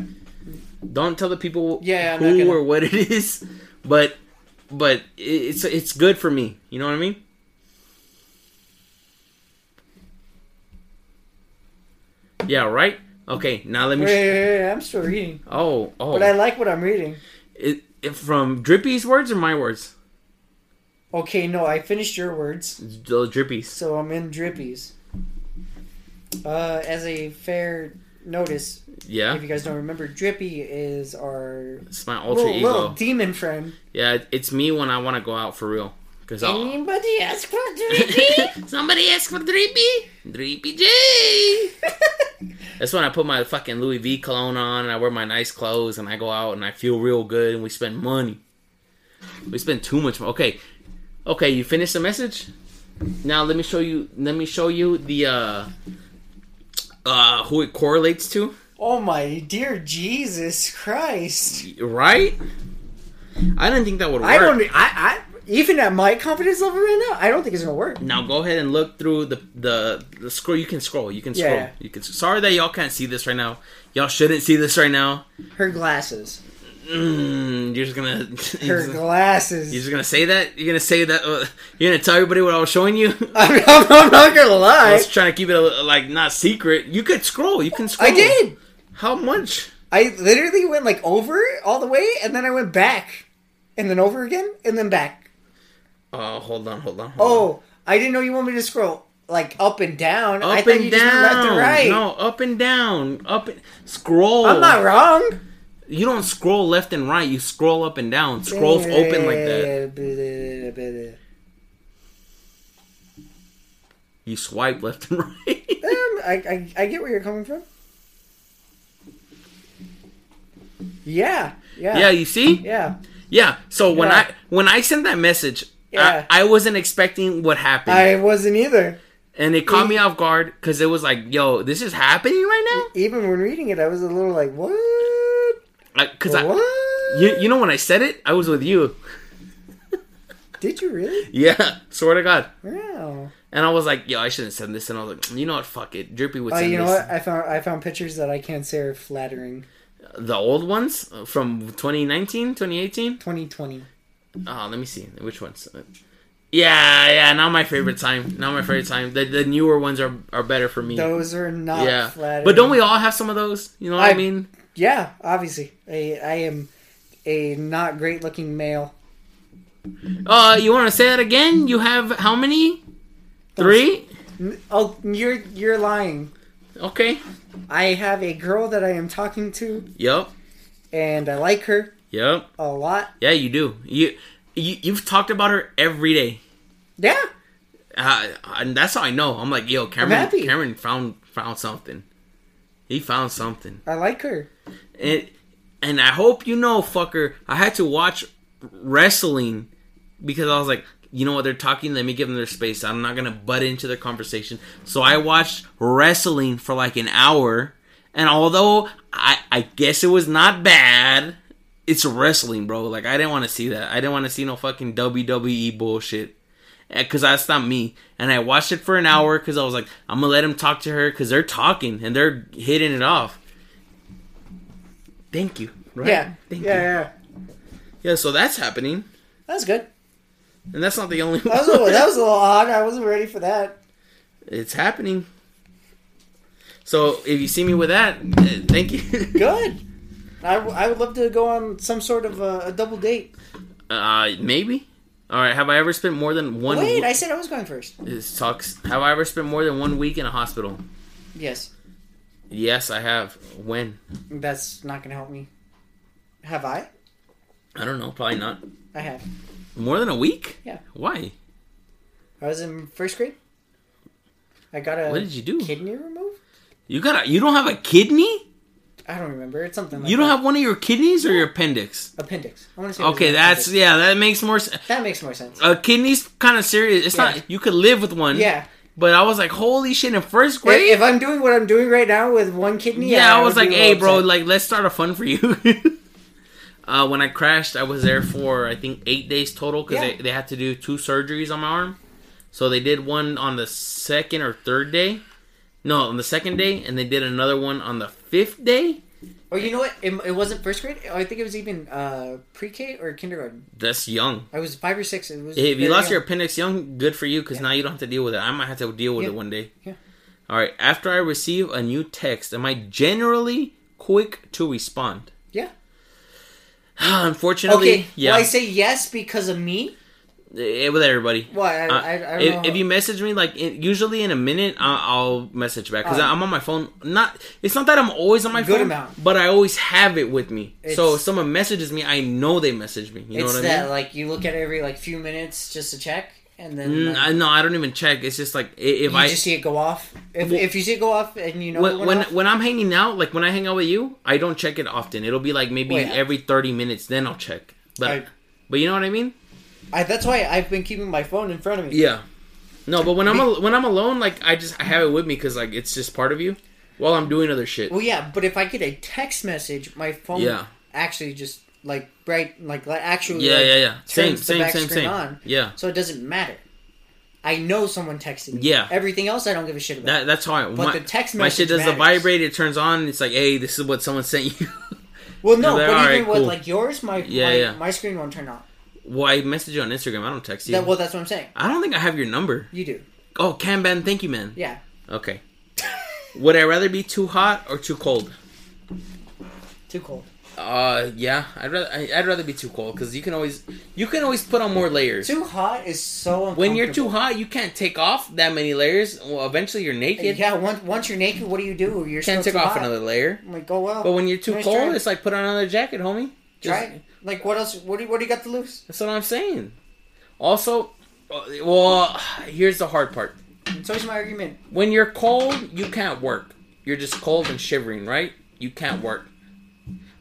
C: Don't tell the people
B: Yeah, I'm not
C: who
B: gonna.
C: or what it is, but but it- it's it's good for me. You know what I mean? Yeah, right. Okay, now let me.
B: yeah. Wait,
C: Sh-
B: wait, wait, I'm still reading,
C: oh, oh.
B: but I like what I'm reading.
C: It, it- from Drippy's words or my words?
B: Okay, no, I finished your words,
C: The Drippy's.
B: so I'm in drippies. Uh, as a fair notice,
C: Yeah,
B: if you guys don't remember, Drippy is our
C: it's my alter
B: little,
C: ego.
B: little demon friend.
C: Yeah, it- it's me when I want to go out for real. Cause all-
B: Anybody ask for
C: somebody asked for Dreepy, Dreepy J. That's when I put my fucking Louis V cologne on and I wear my nice clothes and I go out and I feel real good and we spend money. We spend too much money. Okay. Okay, you finished the message? Now let me show you let me show you the uh uh who it correlates to.
B: oh my dear Jesus Christ!
C: Right? I didn't think that would work.
B: I don't. I, I even at my confidence level right now, I don't think it's gonna work.
C: Now go ahead and look through the the, the scroll. You can scroll. You can
B: Yeah,
C: scroll.
B: yeah.
C: You can. Sorry that y'all can't see this right now. Y'all shouldn't see this right now.
B: Her glasses.
C: Mm, you're just gonna. You're just,
B: Her
C: gonna-
B: glasses.
C: you're just gonna say that. You're gonna say that. Uh, you're gonna tell everybody what I was showing you.
B: I'm, I'm, I'm not gonna
C: I
B: lie.
C: was trying to keep it a, like not secret. You could scroll. You can scroll.
B: I did.
C: How much?
B: I literally went like over all the way, and then I went back, and then over again, and then back.
C: Oh, hold on, hold on. Hold on.
B: Oh, I didn't know you want me to scroll like up and down. I
C: Up
B: thought
C: and
B: you just went
C: down.
B: left and right.
C: No, up and down. Up and scroll.
B: I'm not wrong.
C: You don't scroll left and right. You scroll up and down. Scrolls open like that.
B: that.
C: You swipe left and right.
B: Um, I, I, I get where you're coming from. Yeah, yeah,
C: yeah,
B: yeah.
C: you see? Yeah. So when
B: Yeah.
C: I when I sent that message,
B: Yeah.
C: I, I wasn't expecting what happened,
B: I wasn't either.
C: and it caught me off guard because it was like, "Yo, this is happening right
B: Even when reading it, I was a little like, what?
C: now." Because I,
B: What?
C: you, you know, when I said it, I was with you.
B: Did you really?
C: Yeah, swear to God.
B: Wow.
C: And I was like, "Yo, I shouldn't send this." And I was like, "You know what? Fuck it." Drippy would
B: Oh,
C: send
B: you know
C: this.
B: what? I found I found pictures that I can't say are flattering.
C: The old ones uh, from 2019, 2018.
B: 2020.
C: Oh, let me see which ones. Uh, Yeah, yeah. Not my favorite time. Not my favorite time. The, the newer ones are are better for me.
B: Those are not
C: yeah.
B: flattering.
C: But don't we all have some of those? You know what I,
B: I-
C: mean?
B: Yeah, obviously. I, I am a not great looking male.
C: Uh, you want to say that again? You have how many? Three.
B: N- Oh, you're you're lying.
C: Okay.
B: I have a girl that I am talking to,
C: Yep.
B: and I like her
C: Yep.
B: a lot.
C: Yeah, you do. You, you you've talked about her every day,
B: Yeah,
C: uh, and that's how I know. I'm like, yo, Cameron.
B: happy.
C: Cameron found found something. He found something.
B: I like her.
C: And and I hope you know, fucker. I had to watch wrestling because I was like, you know what? They're talking. Let me give them their space. I'm not gonna butt into their conversation. So I watched wrestling for like an hour. And although I I guess it was not bad, it's wrestling, bro. Like I didn't want to see that. I didn't want to see no fucking WWE bullshit. Eh, Cause that's not me, and I watched it for an hour. Cause I was like, I'm gonna let him talk to her, cause they're talking and they're hitting it off. Thank you. Right?
B: Yeah,
C: Thank
B: yeah,
C: you.
B: yeah.
C: Yeah, so that's happening,
B: That was good.
C: and that's not the only
B: That was, a,
C: one.
B: that was a little odd. I wasn't ready for that.
C: it's happening. So if you see me with that, eh, thank you.
B: Good. I, w- I would love to go on some sort of a, a double date.
C: Uh, maybe. All right. Have I ever spent more than one?
B: Wait,
C: we-
B: I said I was going first.
C: This sucks. Have I ever spent more than one week in a hospital?
B: Yes,
C: Yes, I have. When?
B: that's not gonna help me. Have I?
C: I don't know. Probably not.
B: I have.
C: More than a week?
B: Yeah.
C: Why?
B: I was in first grade. I got a
C: What did you do?
B: kidney removed.
C: You got a, You don't have a kidney?
B: Oh I don't remember. It's something. Like
C: You don't
B: that.
C: have one of your kidneys or your appendix?
B: appendix. I want to say. it was
C: Okay,
B: an
C: that's Uh,
B: appendix.
C: yeah. That makes more sense.
B: that makes more sense.
C: A kidney's kind of serious. It's
B: Yeah.
C: not. You could live with one.
B: yeah.
C: But I was like, holy shit! In first
B: If,
C: grade,
B: if I'm doing what I'm doing right now with one kidney,
C: yeah, I was
B: would
C: like,
B: be a
C: hey,
B: little
C: bro,
B: upset.
C: like let's start a fun for you. uh, when I crashed, I was there for I think eight days total because
B: Yeah.
C: they, they had to do two surgeries on my arm. So they did one on the second or third day, no, on the second day, and they did another one on the fifth day.
B: Or you know what? It, it wasn't first grade. I think it was even uh, pre-K or kindergarten.
C: That's young.
B: I was five or six. It was.
C: If you
B: very
C: lost
B: young.
C: your appendix young, good for you because now you don't have to deal with it. I might have to deal with
B: Yeah.
C: it one day.
B: Yeah.
C: All right. After I receive a new text, am I generally quick to respond?
B: yeah.
C: Unfortunately,
B: Okay.
C: yeah.
B: Well, I say yes because of me.
C: Eh, with everybody.
B: Well, I,
C: Uh,
B: I, I don't know.
C: if, if you message me like in, usually in a minute, I, I'll message back because
B: Oh.
C: I'm on my phone. Not it's not that I'm always on my
B: Good
C: phone,
B: amount.
C: but I always have it with me. so
B: It's-
C: if someone messages me, I know they messaged me. You know
B: it's
C: what I
B: that
C: mean?
B: like you look at it every like few minutes just to check, and then
C: Mm,
B: like,
C: I, no, I don't even check. It's just like i- if
B: you
C: I
B: just see it go off. If,
C: Well-
B: if you see it go off and you know it
C: when
B: went
C: when,
B: off,
C: when I'm hanging out, like when I hang out with you, I don't check it often. It'll be like maybe
B: Oh, yeah.
C: every 30 minutes, then I'll check. But
B: I-
C: but you know what I mean?
B: I, that's why I've been keeping my phone in front of me.
C: Yeah. No, but when I'm al- when I'm alone, like I just I have it with me because like it's just part of you while I'm doing other shit.
B: Well, yeah, but if I get a text message, my phone
C: Yeah.
B: actually just like bright, like li- actually
C: Yeah,
B: like,
C: yeah, yeah. Same,
B: turns the
C: same,
B: back
C: same,
B: screen
C: same.
B: on,
C: Yeah.
B: so it doesn't matter. I know someone texted me.
C: Yeah.
B: everything else I don't give a shit about.
C: That, that's how I.
B: But the text
C: my shit
B: message
C: does the
B: matters.
C: vibrate. It turns on. And it's like, hey, this is what someone sent you.
B: well, no,
C: they're
B: but
C: all
B: even
C: right,
B: with
C: cool.
B: like yours, my
C: Yeah,
B: my,
C: yeah.
B: my screen won't turn on.
C: well, I message you on Instagram. I don't text you.
B: That, well, that's what I'm saying.
C: I don't think I have your number.
B: You do,
C: Oh, Kanban, thank you, man.
B: yeah.
C: Okay. Would I rather be too hot or too cold?
B: Too cold.
C: Uh, yeah, I'd rather I, I'd rather be too cold because you can always you can always put on more layers.
B: Too hot is so.
C: when you're too
B: uncomfortable.
C: hot, you can't take off that many layers. Well, eventually you're naked.
B: Yeah, once once you're naked, what do you do? You're
C: can't
B: still
C: take
B: too
C: off
B: hot.
C: another layer.
B: I'm like, oh well.
C: But when you're too
B: Nice
C: cold,
B: try.
C: it's like put on another jacket, homie.
B: try
C: Just-
B: it. Like, what else? What do you, what do you got to lose?
C: That's what I'm saying. Also, uh, well, here's the hard part.
B: It's always my argument.
C: When you're cold, you can't work. You're just cold and shivering, right? You can't work.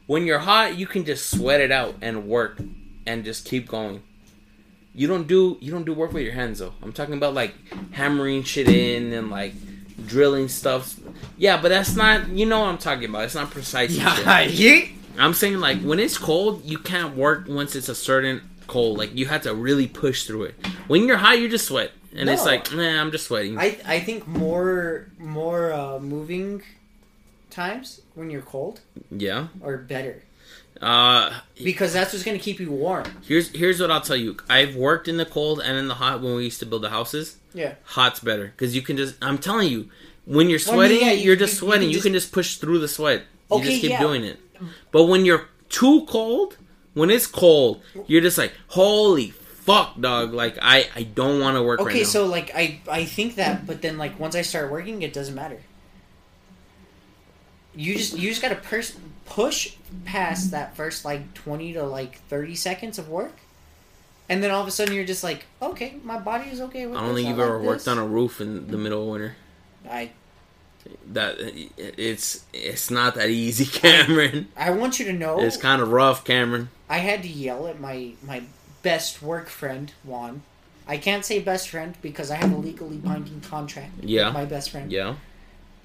C: When you're hot, you can just sweat it out and work and just keep going. You don't do you don't do work with your hands though. I'm talking about like hammering shit in and like drilling stuff. Yeah, but that's not you know what I'm talking about. It's not precise. and shit.
B: yeet.
C: I'm saying like when it's cold, you can't work once it's a certain cold. Like you have to really push through it. When you're hot, you just sweat, and it's
B: No.
C: like, nah, I'm just sweating.
B: I I think more more uh, moving times when you're cold
C: yeah.
B: are better
C: Uh,
B: because that's what's gonna keep you warm.
C: here's here's what I'll tell you. I've worked in the cold and in the hot when we used to build the houses.
B: Yeah.
C: Hot's better because you can just. I'm telling you, when you're
B: Well, I mean,
C: sweating,
B: yeah,
C: you,
B: you-
C: are just
B: you- you
C: sweating.
B: can
C: You
B: just-
C: can just push through the sweat. You
B: Okay,
C: just keep
B: yeah.
C: doing it. But when you're too cold, when it's cold, you're just like, holy fuck, dog. Like I I don't want to work. right
B: Okay,
C: now.
B: so like I I think that, but then like once I start working, it doesn't matter. You just you just gotta pers- push past that first like twenty to like thirty seconds of work, and then all of a sudden you're just like, okay, my body is okay with.
C: I don't
B: this,
C: think you've
B: like
C: ever worked
B: this.
C: on a roof in the middle of winter.
B: I
C: That it's it's not that easy, Cameron.
B: I want you to know
C: It's kind of rough, Cameron.
B: I had to yell at my my best work friend Juan. I can't say best friend because I have a legally binding contract.
C: Yeah.
B: With my best friend.
C: Yeah.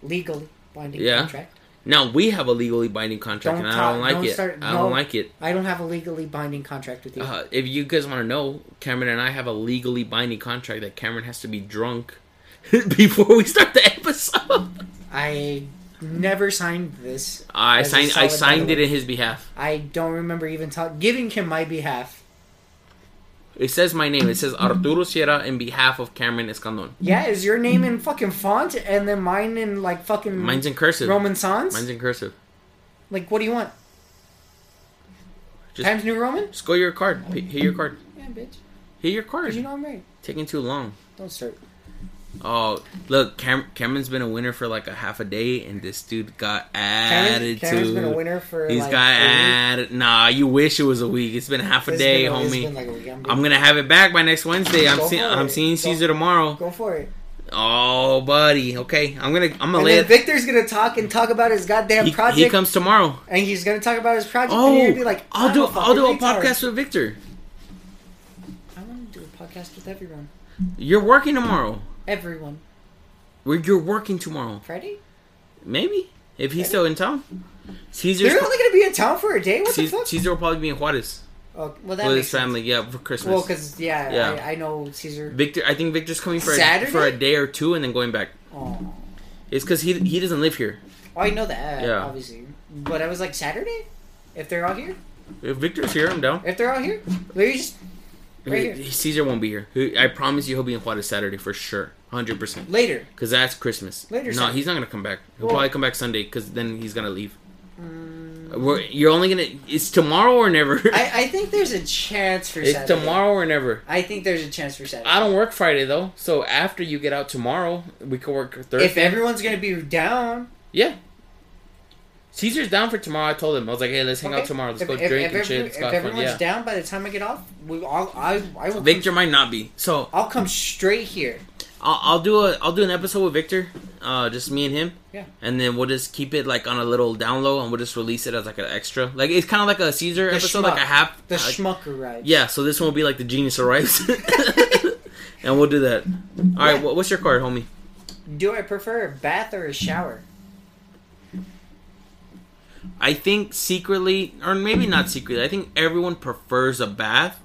B: Legally binding
C: Yeah.
B: contract.
C: Now we have a legally binding contract,
B: Don't
C: and I
B: talk-
C: don't like
B: don't
C: it.
B: start-
C: I don't
B: no.
C: like it.
B: I don't have a legally binding contract with you.
C: Uh, if you guys want to know, Cameron and I have a legally binding contract that Cameron has to be drunk before we start the episode.
B: I never signed this.
C: I
B: As a
C: signed. I
B: solid
C: signed it
B: binding.
C: in his behalf.
B: I don't remember even tell- giving him my behalf.
C: It says my name. It says Arturo Sierra in behalf of Cameron Escandon.
B: Yeah, is your name in fucking font and then mine in like fucking
C: Mine's in cursive.
B: Roman sans?
C: Mine's in cursive.
B: like, what do you want?
C: Just-
B: Times New Roman?
C: Just go your card. P- Hit your card.
B: Yeah, bitch.
C: Hit your card.
B: Cause you know I'm right.
C: Taking too long.
B: Don't start.
C: Oh, look, Cam- Cameron's been a winner for like a half a day, and this dude got
B: Cameron,
C: attitude.
B: Cameron's been a winner for
C: He's
B: like
C: got
B: a week.
C: atti- Nah, you wish it was a week. It's been half a
B: It's
C: day,
B: been a- it's
C: homie.
B: been like a week. I'm,
C: I'm gonna have it back by next Wednesday. I'm
B: Go
C: seeing.
B: for
C: I'm
B: it.
C: seeing
B: Go-
C: Caesar tomorrow.
B: go for it.
C: Oh, buddy. Okay, I'm gonna. I'm gonna
B: And
C: lay
B: then
C: it.
B: Victor's gonna talk and talk about his goddamn
C: He,
B: project,
C: he comes tomorrow.
B: and he's gonna talk about his project. and you're
C: Oh,
B: gonna be like,
C: I'll
B: I'm
C: do.
B: A
C: I'll do a
B: fucking retard.
C: podcast with Victor.
B: I want to do a podcast with everyone.
C: You're working tomorrow.
B: Everyone.
C: Where you're working tomorrow?
B: Friday?
C: Maybe if he's still in town. Caesar's.
B: They're only gonna be in town for a day. What the
C: Caesar,
B: fuck?
C: Caesar will probably be in Juarez
B: Oh, well, that
C: with his
B: makes
C: family. Yeah, for
B: Sense.
C: Christmas.
B: Well, because yeah,
C: Yeah.
B: I, I know Caesar.
C: Victor, I think Victor's coming for a,
B: Saturday?
C: for a day or two and then going back.
B: Oh.
C: It's because he he doesn't live here.
B: oh, I know that.
C: Yeah.
B: Obviously, but I was like Saturday. If they're all here,
C: If Victor's here, I'm down.
B: if they're all here, they're just Right
C: He-
B: here.
C: Caesar won't be here. He- I promise you, he'll be in Juarez Saturday for sure, hundred percent.
B: later.
C: Because that's Christmas.
B: Later
C: no,
B: Saturday.
C: he's not gonna come back. He'll
B: Well- Mm.
C: probably come back Sunday because then he's gonna leave. We're, you're only gonna. It's tomorrow or never.
B: I, I think there's a chance for
C: it's
B: Saturday.
C: tomorrow or never.
B: I think there's a chance for Saturday.
C: I don't work Friday though, so after you get out tomorrow, we could work Thursday.
B: If everyone's gonna be down,
C: yeah. Caesar's down for tomorrow. I told him I was like, "Hey, let's hang
B: okay.
C: out tomorrow. Let's
B: If- e-
C: go
B: if-
C: drink
B: if
C: and
B: every-
C: shit. It's
B: If
C: got fun."
B: everyone's
C: Yeah.
B: down by the time I get off, we all I I will.
C: Victor might not be. So
B: Come, I'll come straight here.
C: I'll, I'll do a I'll do an episode with Victor, uh, just me and him.
B: Yeah.
C: And then we'll just keep it like on a little down low, and we'll just release it as like an extra. Like it's kind of like a Caesar
B: The
C: episode,
B: schmuck.
C: like a half.
B: The
C: like-
B: schmuck arrives.
C: yeah. So this one will be like the genius arrives, and we'll do that. All right.
B: Yeah.
C: What, what's your card, homie?
B: Do I prefer a bath or a shower?
C: I think secretly, or maybe not secretly, I think everyone prefers a bath,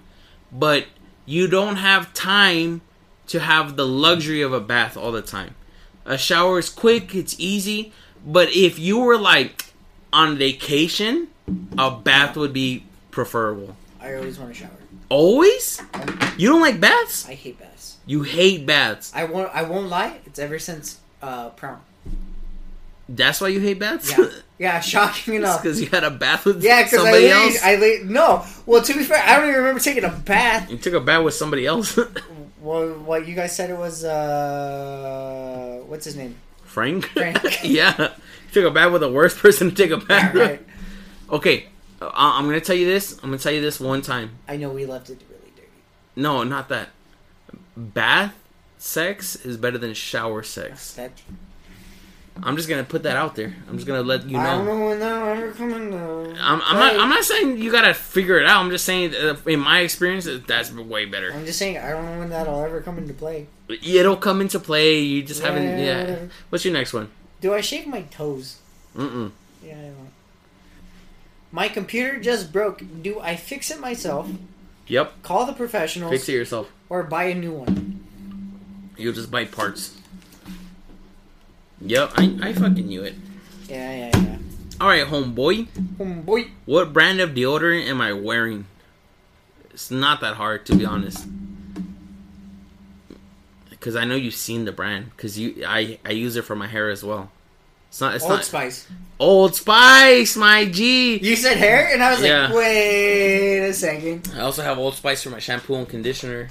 C: but you don't have time to have the luxury of a bath all the time. A shower is quick, it's easy, but if you were like on vacation, a bath would be preferable.
B: I always want a shower.
C: Always?
B: I,
C: You don't like baths?
B: I hate baths.
C: You hate baths.
B: I won't. I won't lie. It's ever since uh, prom.
C: That's why you hate baths?
B: Yeah. Yeah. Shocking enough.
C: because you had a bath with
B: Yeah, because I
C: somebody
B: literally-
C: else?
B: I literally- no. Well, to be fair, I don't even remember taking a bath.
C: You took a bath with somebody else.
B: Well, what you guys said it was uh, what's his name?
C: Frank?
B: Frank.
C: yeah. Took a bath with the worst person to take a
B: Yeah,
C: bath.
B: right.
C: Okay. I- I'm going to tell you this. I'm going to tell you this one time.
B: I know we left it really dirty.
C: No, not that. Bath sex is better than shower sex.
B: That
C: I'm just going to put that out there. I'm just going to let you
B: I don't
C: know.
B: know when that will ever come in. though.
C: I'm, I'm not.
B: But
C: I'm not saying you gotta figure it out. I'm just saying, uh, in my experience, that- that's way better.
B: I'm just saying. I don't know when that'll ever come into play.
C: It'll come into play. You just
B: Yeah,
C: haven't.
B: yeah,
C: Yeah.
B: whatever.
C: What's your next one?
B: Do I shave my toes?
C: Mm-mm.
B: Yeah. I don't. My computer just broke. Do I fix it myself?
C: Yep.
B: Call the professionals
C: Fix it yourself.
B: or buy a new one?
C: You'll just bite parts. Yep. I, I fucking knew it.
B: Yeah, yeah, yeah.
C: All right, homeboy.
B: Um, boy,
C: What brand of deodorant am I wearing? It's not that hard, to be honest. Because I know you've seen the brand. Because you, I, I use it for my hair as well. It's not. It's
B: Old
C: not
B: Spice.
C: Old Spice, my G.
B: You said hair, and I was
C: Yeah.
B: like, wait a second.
C: I also have Old Spice for my shampoo and conditioner,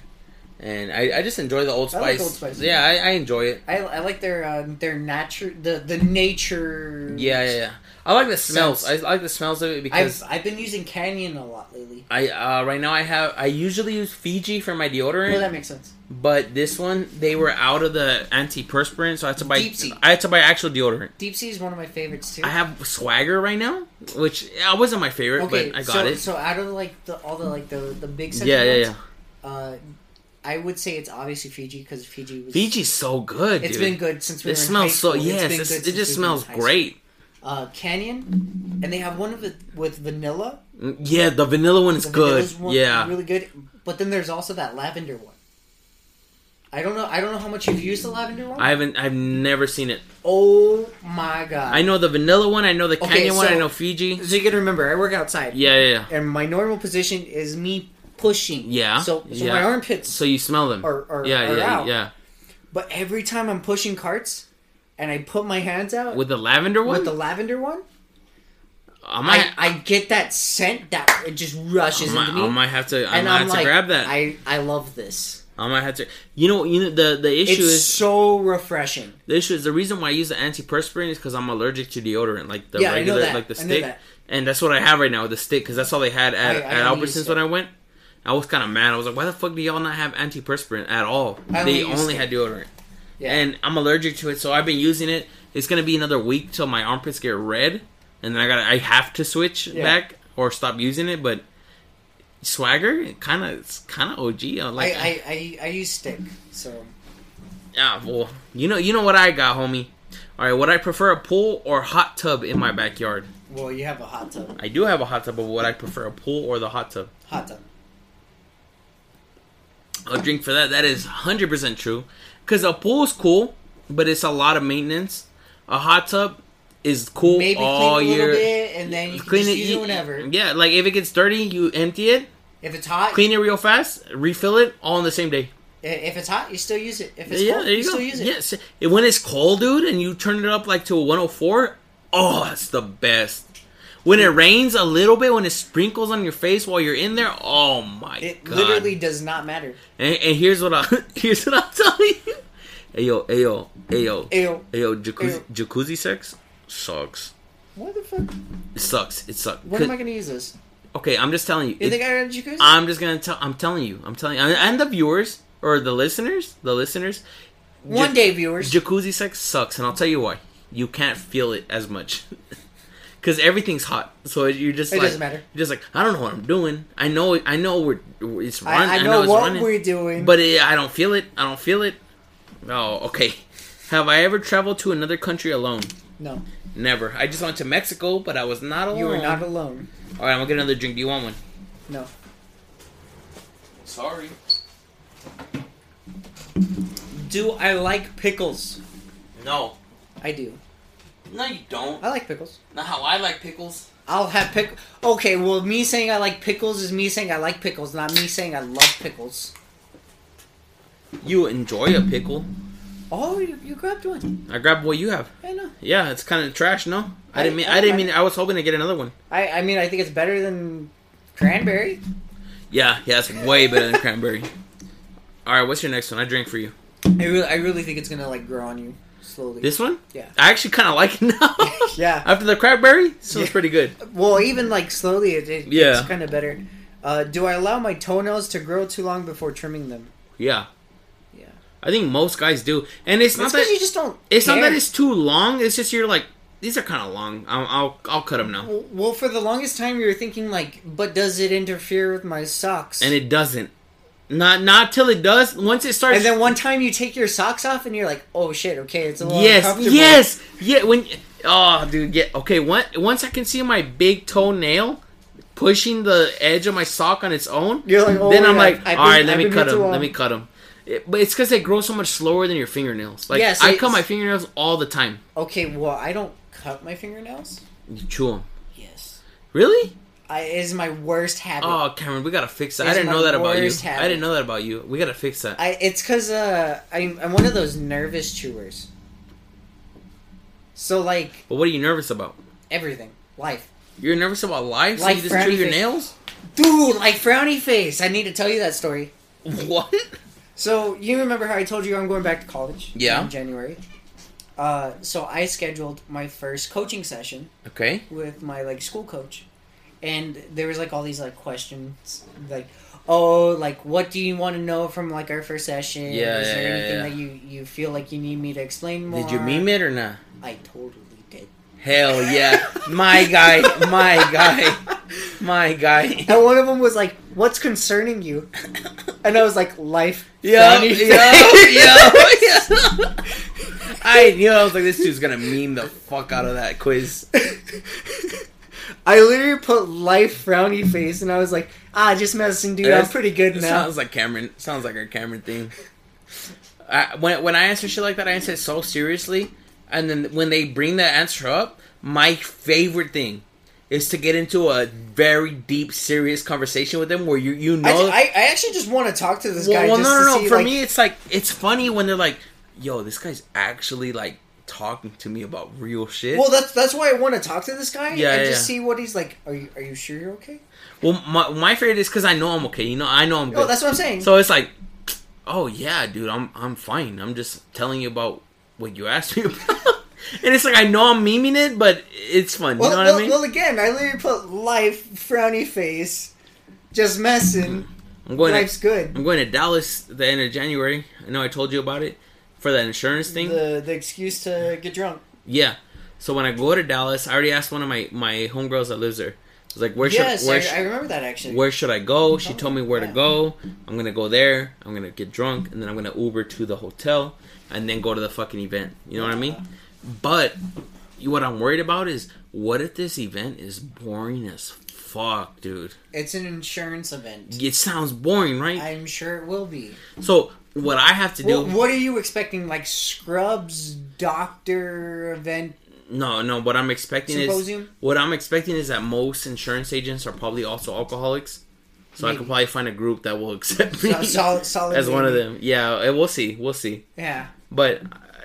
C: and I, I just enjoy the Old
B: I
C: Spice.
B: like Old Spice.
C: Yeah, I, I enjoy it.
B: I, I like their uh, their nature the the nature.
C: Yeah, yeah, yeah. I like the smells.
B: Sense.
C: I like the smells of it because
B: I've I've been using Canyon a lot lately.
C: I uh, right now I have I usually use Fiji for my deodorant.
B: Well, that makes sense.
C: But this one, they were out of the antiperspirant, so I had to buy.
B: Deep sea.
C: I had to buy actual deodorant.
B: Deep Sea is one of my favorites too.
C: I have Swagger right now, which I wasn't my favorite,
B: okay,
C: but I got
B: so,
C: it.
B: So out of like the all the like the the big scent
C: yeah, yeah, yeah.
B: ones, Uh, I would say it's obviously Fiji because Fiji was
C: Fiji's so good,
B: It's
C: dude.
B: been good since we
C: it
B: were in
C: smells
B: high
C: so
B: school. It's
C: yes,
B: been
C: it's
B: good
C: it
B: since
C: just
B: we were in
C: smells
B: high school.
C: great.
B: Uh, Canyon, and they have one of it with vanilla.
C: Mm, Yeah, the vanilla one is
B: The
C: good.
B: vanilla's one-
C: yeah,
B: really good. But then there's also that lavender one. I don't know. I don't know how much you've used the lavender one.
C: I haven't. I've never seen it.
B: oh my god!
C: I know the vanilla one. I know the
B: Okay,
C: Canyon one. I
B: so-
C: know Fiji.
B: So you can remember, I work outside.
C: Yeah, yeah, yeah.
B: And my normal position is me pushing.
C: Yeah,
B: So, so
C: yeah.
B: my armpits.
C: So you smell them?
B: Or- or-
C: yeah,
B: or
C: yeah,
B: out.
C: yeah.
B: but every time I'm pushing carts, and I put my hands out with,
C: With the lavender one, Oh
B: the lavender one,
C: I
B: I,
C: might,
B: I get that scent that it just
C: I
B: rushes
C: might,
B: into me.
C: I might have to. oh I
B: and
C: might
B: I'm
C: have
B: like,
C: to grab that.
B: I, I love this.
C: I might have to. You know, you know the the issue
B: It's
C: is
B: so refreshing.
C: the issue is the reason why I use the antiperspirant is because I'm allergic to deodorant, like the
B: Yeah, I know
C: regular,
B: that.
C: like the
B: I know
C: stick,
B: that.
C: and that's what I have right now, the stick, because that's all they had at
B: I- I
C: at
B: only
C: Albertsons
B: use
C: when
B: it.
C: I went. I was kind of mad. I was like, why the fuck do y'all not have antiperspirant at all?
B: I only
C: they
B: use
C: only
B: stick.
C: had deodorant,
B: Yeah.
C: and I'm allergic to it, so I've been using it. It's gonna be another week till my armpits get red, and then I got to I have to switch
B: Yeah.
C: back or stop using it, but. Swagger, kind of, it's kind of OG. I Like,
B: I, I, I, I use stick, so
C: Ah, well, you know, you know what I got, homie. All right, would I prefer a pool or hot tub in my backyard?
B: well you have a hot tub.
C: I do have a hot tub, but would I prefer a pool or the hot tub?
B: Hot tub.
C: A drink for that. That is hundred percent true. Cause a pool is cool, but it's a lot of maintenance. A hot tub is cool
B: Maybe
C: all
B: clean it a
C: year.
B: little bit and then you can just use it whenever.
C: Yeah, like if it gets dirty, you empty it,
B: If it's hot,
C: clean it real fast, refill it all in the same day.
B: i- if it's hot, you still use it. If it's
C: yeah,
B: cold,
C: there
B: you,
C: you, go.
B: still use it.
C: Yes, It- when it's cold, dude, and you turn it up like to a 104. Oh, that's the oh, best. When it rains a little bit, when it sprinkles on your face while you're in there, oh my
B: It
C: god!
B: literally does not matter.
C: And, and here's what I here's what I'm telling you. Ayo, ayo, ayo,
B: Ew.
C: ayo. Jacuzzi,
B: Ayo.
C: jacuzzi sex sucks.
B: What the fuck?
C: It sucks. It sucks.
B: When am I gonna use this?
C: okay, I'm just telling you.
B: You
C: it-
B: think I got a jacuzzi?
C: I'm just gonna tell. I'm telling you. I'm telling you. And the viewers or the listeners, the listeners.
B: One
C: Jac-
B: day, viewers.
C: Jacuzzi sex sucks, and I'll tell you why. You can't feel it as much. Because everything's hot, so you're just
B: It
C: like
B: doesn't matter.
C: You're just like I don't know what I'm doing. I know, I know we're it's
B: I,
C: running.
B: I know,
C: it's
B: what
C: running,
B: we're doing.
C: but it, I don't feel it. I don't feel it. Oh, okay. Have I ever traveled to another country alone?
B: no,
C: Never. I just went to Mexico, but I was not alone.
B: you are not alone.
C: All right, I'm gonna get another drink. Do you want one?
B: No.
C: Sorry.
B: Do I like pickles?
C: No.
B: I do.
C: No, you don't.
B: I like pickles.
C: Not how I like pickles.
B: I'll have pickles. Okay, well, me saying I like pickles is me saying I like pickles, not me saying I love pickles.
C: You enjoy a pickle.
B: Oh, you, you grabbed one.
C: I grabbed what you have.
B: I know.
C: Yeah, it's kind of trash. No, I,
B: I-
C: didn't mean.
B: I
C: I didn't
B: like-
C: mean. I was hoping to get another one.
B: I, I mean, I think it's better than cranberry.
C: Yeah, yeah, it's way better than cranberry. All right, what's your next one? I drink for you.
B: I really, I really think it's gonna like grow on you slowly.
C: This one?
B: Yeah.
C: I actually kind of like it now.
B: Yeah.
C: After the cranberry, this one's
B: Yeah.
C: pretty good.
B: Uh, Well, even like slowly, it, it
C: Yeah.
B: it's kind of better. Uh, do I allow my toenails to grow too long before trimming them?
C: Yeah.
B: Yeah.
C: I think most guys do, and it's not
B: That's
C: that
B: because you just don't.
C: it's not
B: care.
C: that it's too long. It's just you're like these are kind of long. I'll, I'll I'll cut them now,
B: Well, well, for the longest time, you were thinking like, but does it interfere with my socks?
C: and it doesn't. Not not till it does. Once it starts,
B: And then one time you take your socks off and you're like, oh shit, okay, it's a little
C: yes,
B: uncomfortable.
C: yes, yeah. When oh, dude, yeah. Okay, one, once I can see my big toenail pushing the edge of my sock on its own,
B: You're like, oh,
C: then I'm
B: yeah,
C: like,
B: I've been-
C: all right,
B: I've
C: let me
B: been
C: cut
B: here too
C: them. Let
B: long."
C: me cut them. But it's because they grow so much slower than your fingernails. Like
B: Yes,
C: I
B: it's-
C: cut my fingernails all the time.
B: Okay, well, I don't cut my fingernails.
C: You chew them.
B: Yes.
C: Really?
B: I, it is my worst habit.
C: Oh, Cameron, we gotta fix that. I
B: It's
C: didn't
B: my
C: know that about you.
B: worst habit.
C: I didn't know that about you. We gotta fix that.
B: I, it's because uh, I'm, I'm one of those nervous chewers. So, like,
C: but what are you nervous about?
B: everything. Life.
C: You're nervous about life, so
B: Like
C: you just chew
B: frowny
C: your
B: face.
C: nails?
B: Dude, like Frowny Face. I need to tell you that story.
C: What?
B: So, you remember how I told you I'm going back to college?
C: Yeah.
B: In January. Uh, so, I scheduled my first coaching session
C: Okay.
B: with my like school coach and there was like all these like questions like oh like what do you want to know from like our first session
C: Yeah,
B: is
C: yeah,
B: there
C: yeah,
B: anything
C: yeah.
B: that you you feel like you need me to explain more
C: Did you meme it or not?
B: i totally did
C: Hell yeah. my guy. My guy. My guy.
B: and one of them was like what's concerning you and i was like life
C: Yo, yo, yo,
B: Johnny.
C: yo. I knew I was like, this dude's gonna meme the fuck out of that quiz.
B: i literally put life frowny face and i was like ah just messing dude i'm
C: That's-
B: pretty good
C: It
B: now
C: Sounds like Cameron. Sounds like our Cameron thing. I, when when I answer shit like that, I answer it so seriously, and then when they bring that answer up, my favorite thing is to get into a very deep, serious conversation with them where you you know.
B: I, ju- I, I actually just want to talk to this guy
C: well, well,
B: just
C: no,
B: to
C: no, no.
B: see,
C: For
B: like-
C: me, it's like it's funny when they're like, "Yo, this guy's actually like talking to me about real shit."
B: Well, that's that's why I want to talk to this guy
C: Yeah,
B: and
C: yeah,
B: just
C: yeah.
B: see what he's like. Are you are you sure you're okay?
C: Well, my, my favorite is because I know I'm okay. You know, I know I'm good.
B: No, Oh, that's what I'm saying.
C: So it's like, oh yeah, dude, I'm I'm fine. I'm just telling you about what you asked me about. and it's like I know I'm memeing it, but it's fun.
B: well,
C: you know what
B: well,
C: I mean?
B: well, again, I literally put life frowny face, just messing.
C: I'm going.
B: Life's
C: To,
B: good.
C: I'm going to Dallas the end of January. I know I told you about it for that insurance thing.
B: The the excuse to get drunk.
C: yeah. So when I go to Dallas, I already asked one of my my homegirls that lives there. I was like, where
B: yes,
C: should where
B: I,
C: sh-
B: I remember that actually.
C: where should I go? She told me where to
B: Yeah.
C: go. I'm gonna go there. I'm gonna get drunk, and then I'm gonna Uber to the hotel, and then go to the fucking event. You know what I mean? But you- what I'm worried about is what if this event is boring as fuck, dude?
B: It's an insurance event.
C: It sounds boring, right?
B: I'm sure it will be.
C: So what I have to do?
B: Well, what are you expecting? Like Scrubs Doctor event?
C: No, no. What I'm expecting is
B: Symposium?
C: what I'm expecting is that most insurance agents are probably also alcoholics. So I
B: Maybe.
C: could probably find a group that will accept me
B: So, solid, solid
C: as one of
B: maybe.
C: them. Yeah, eh, we'll see. We'll see.
B: Yeah.
C: but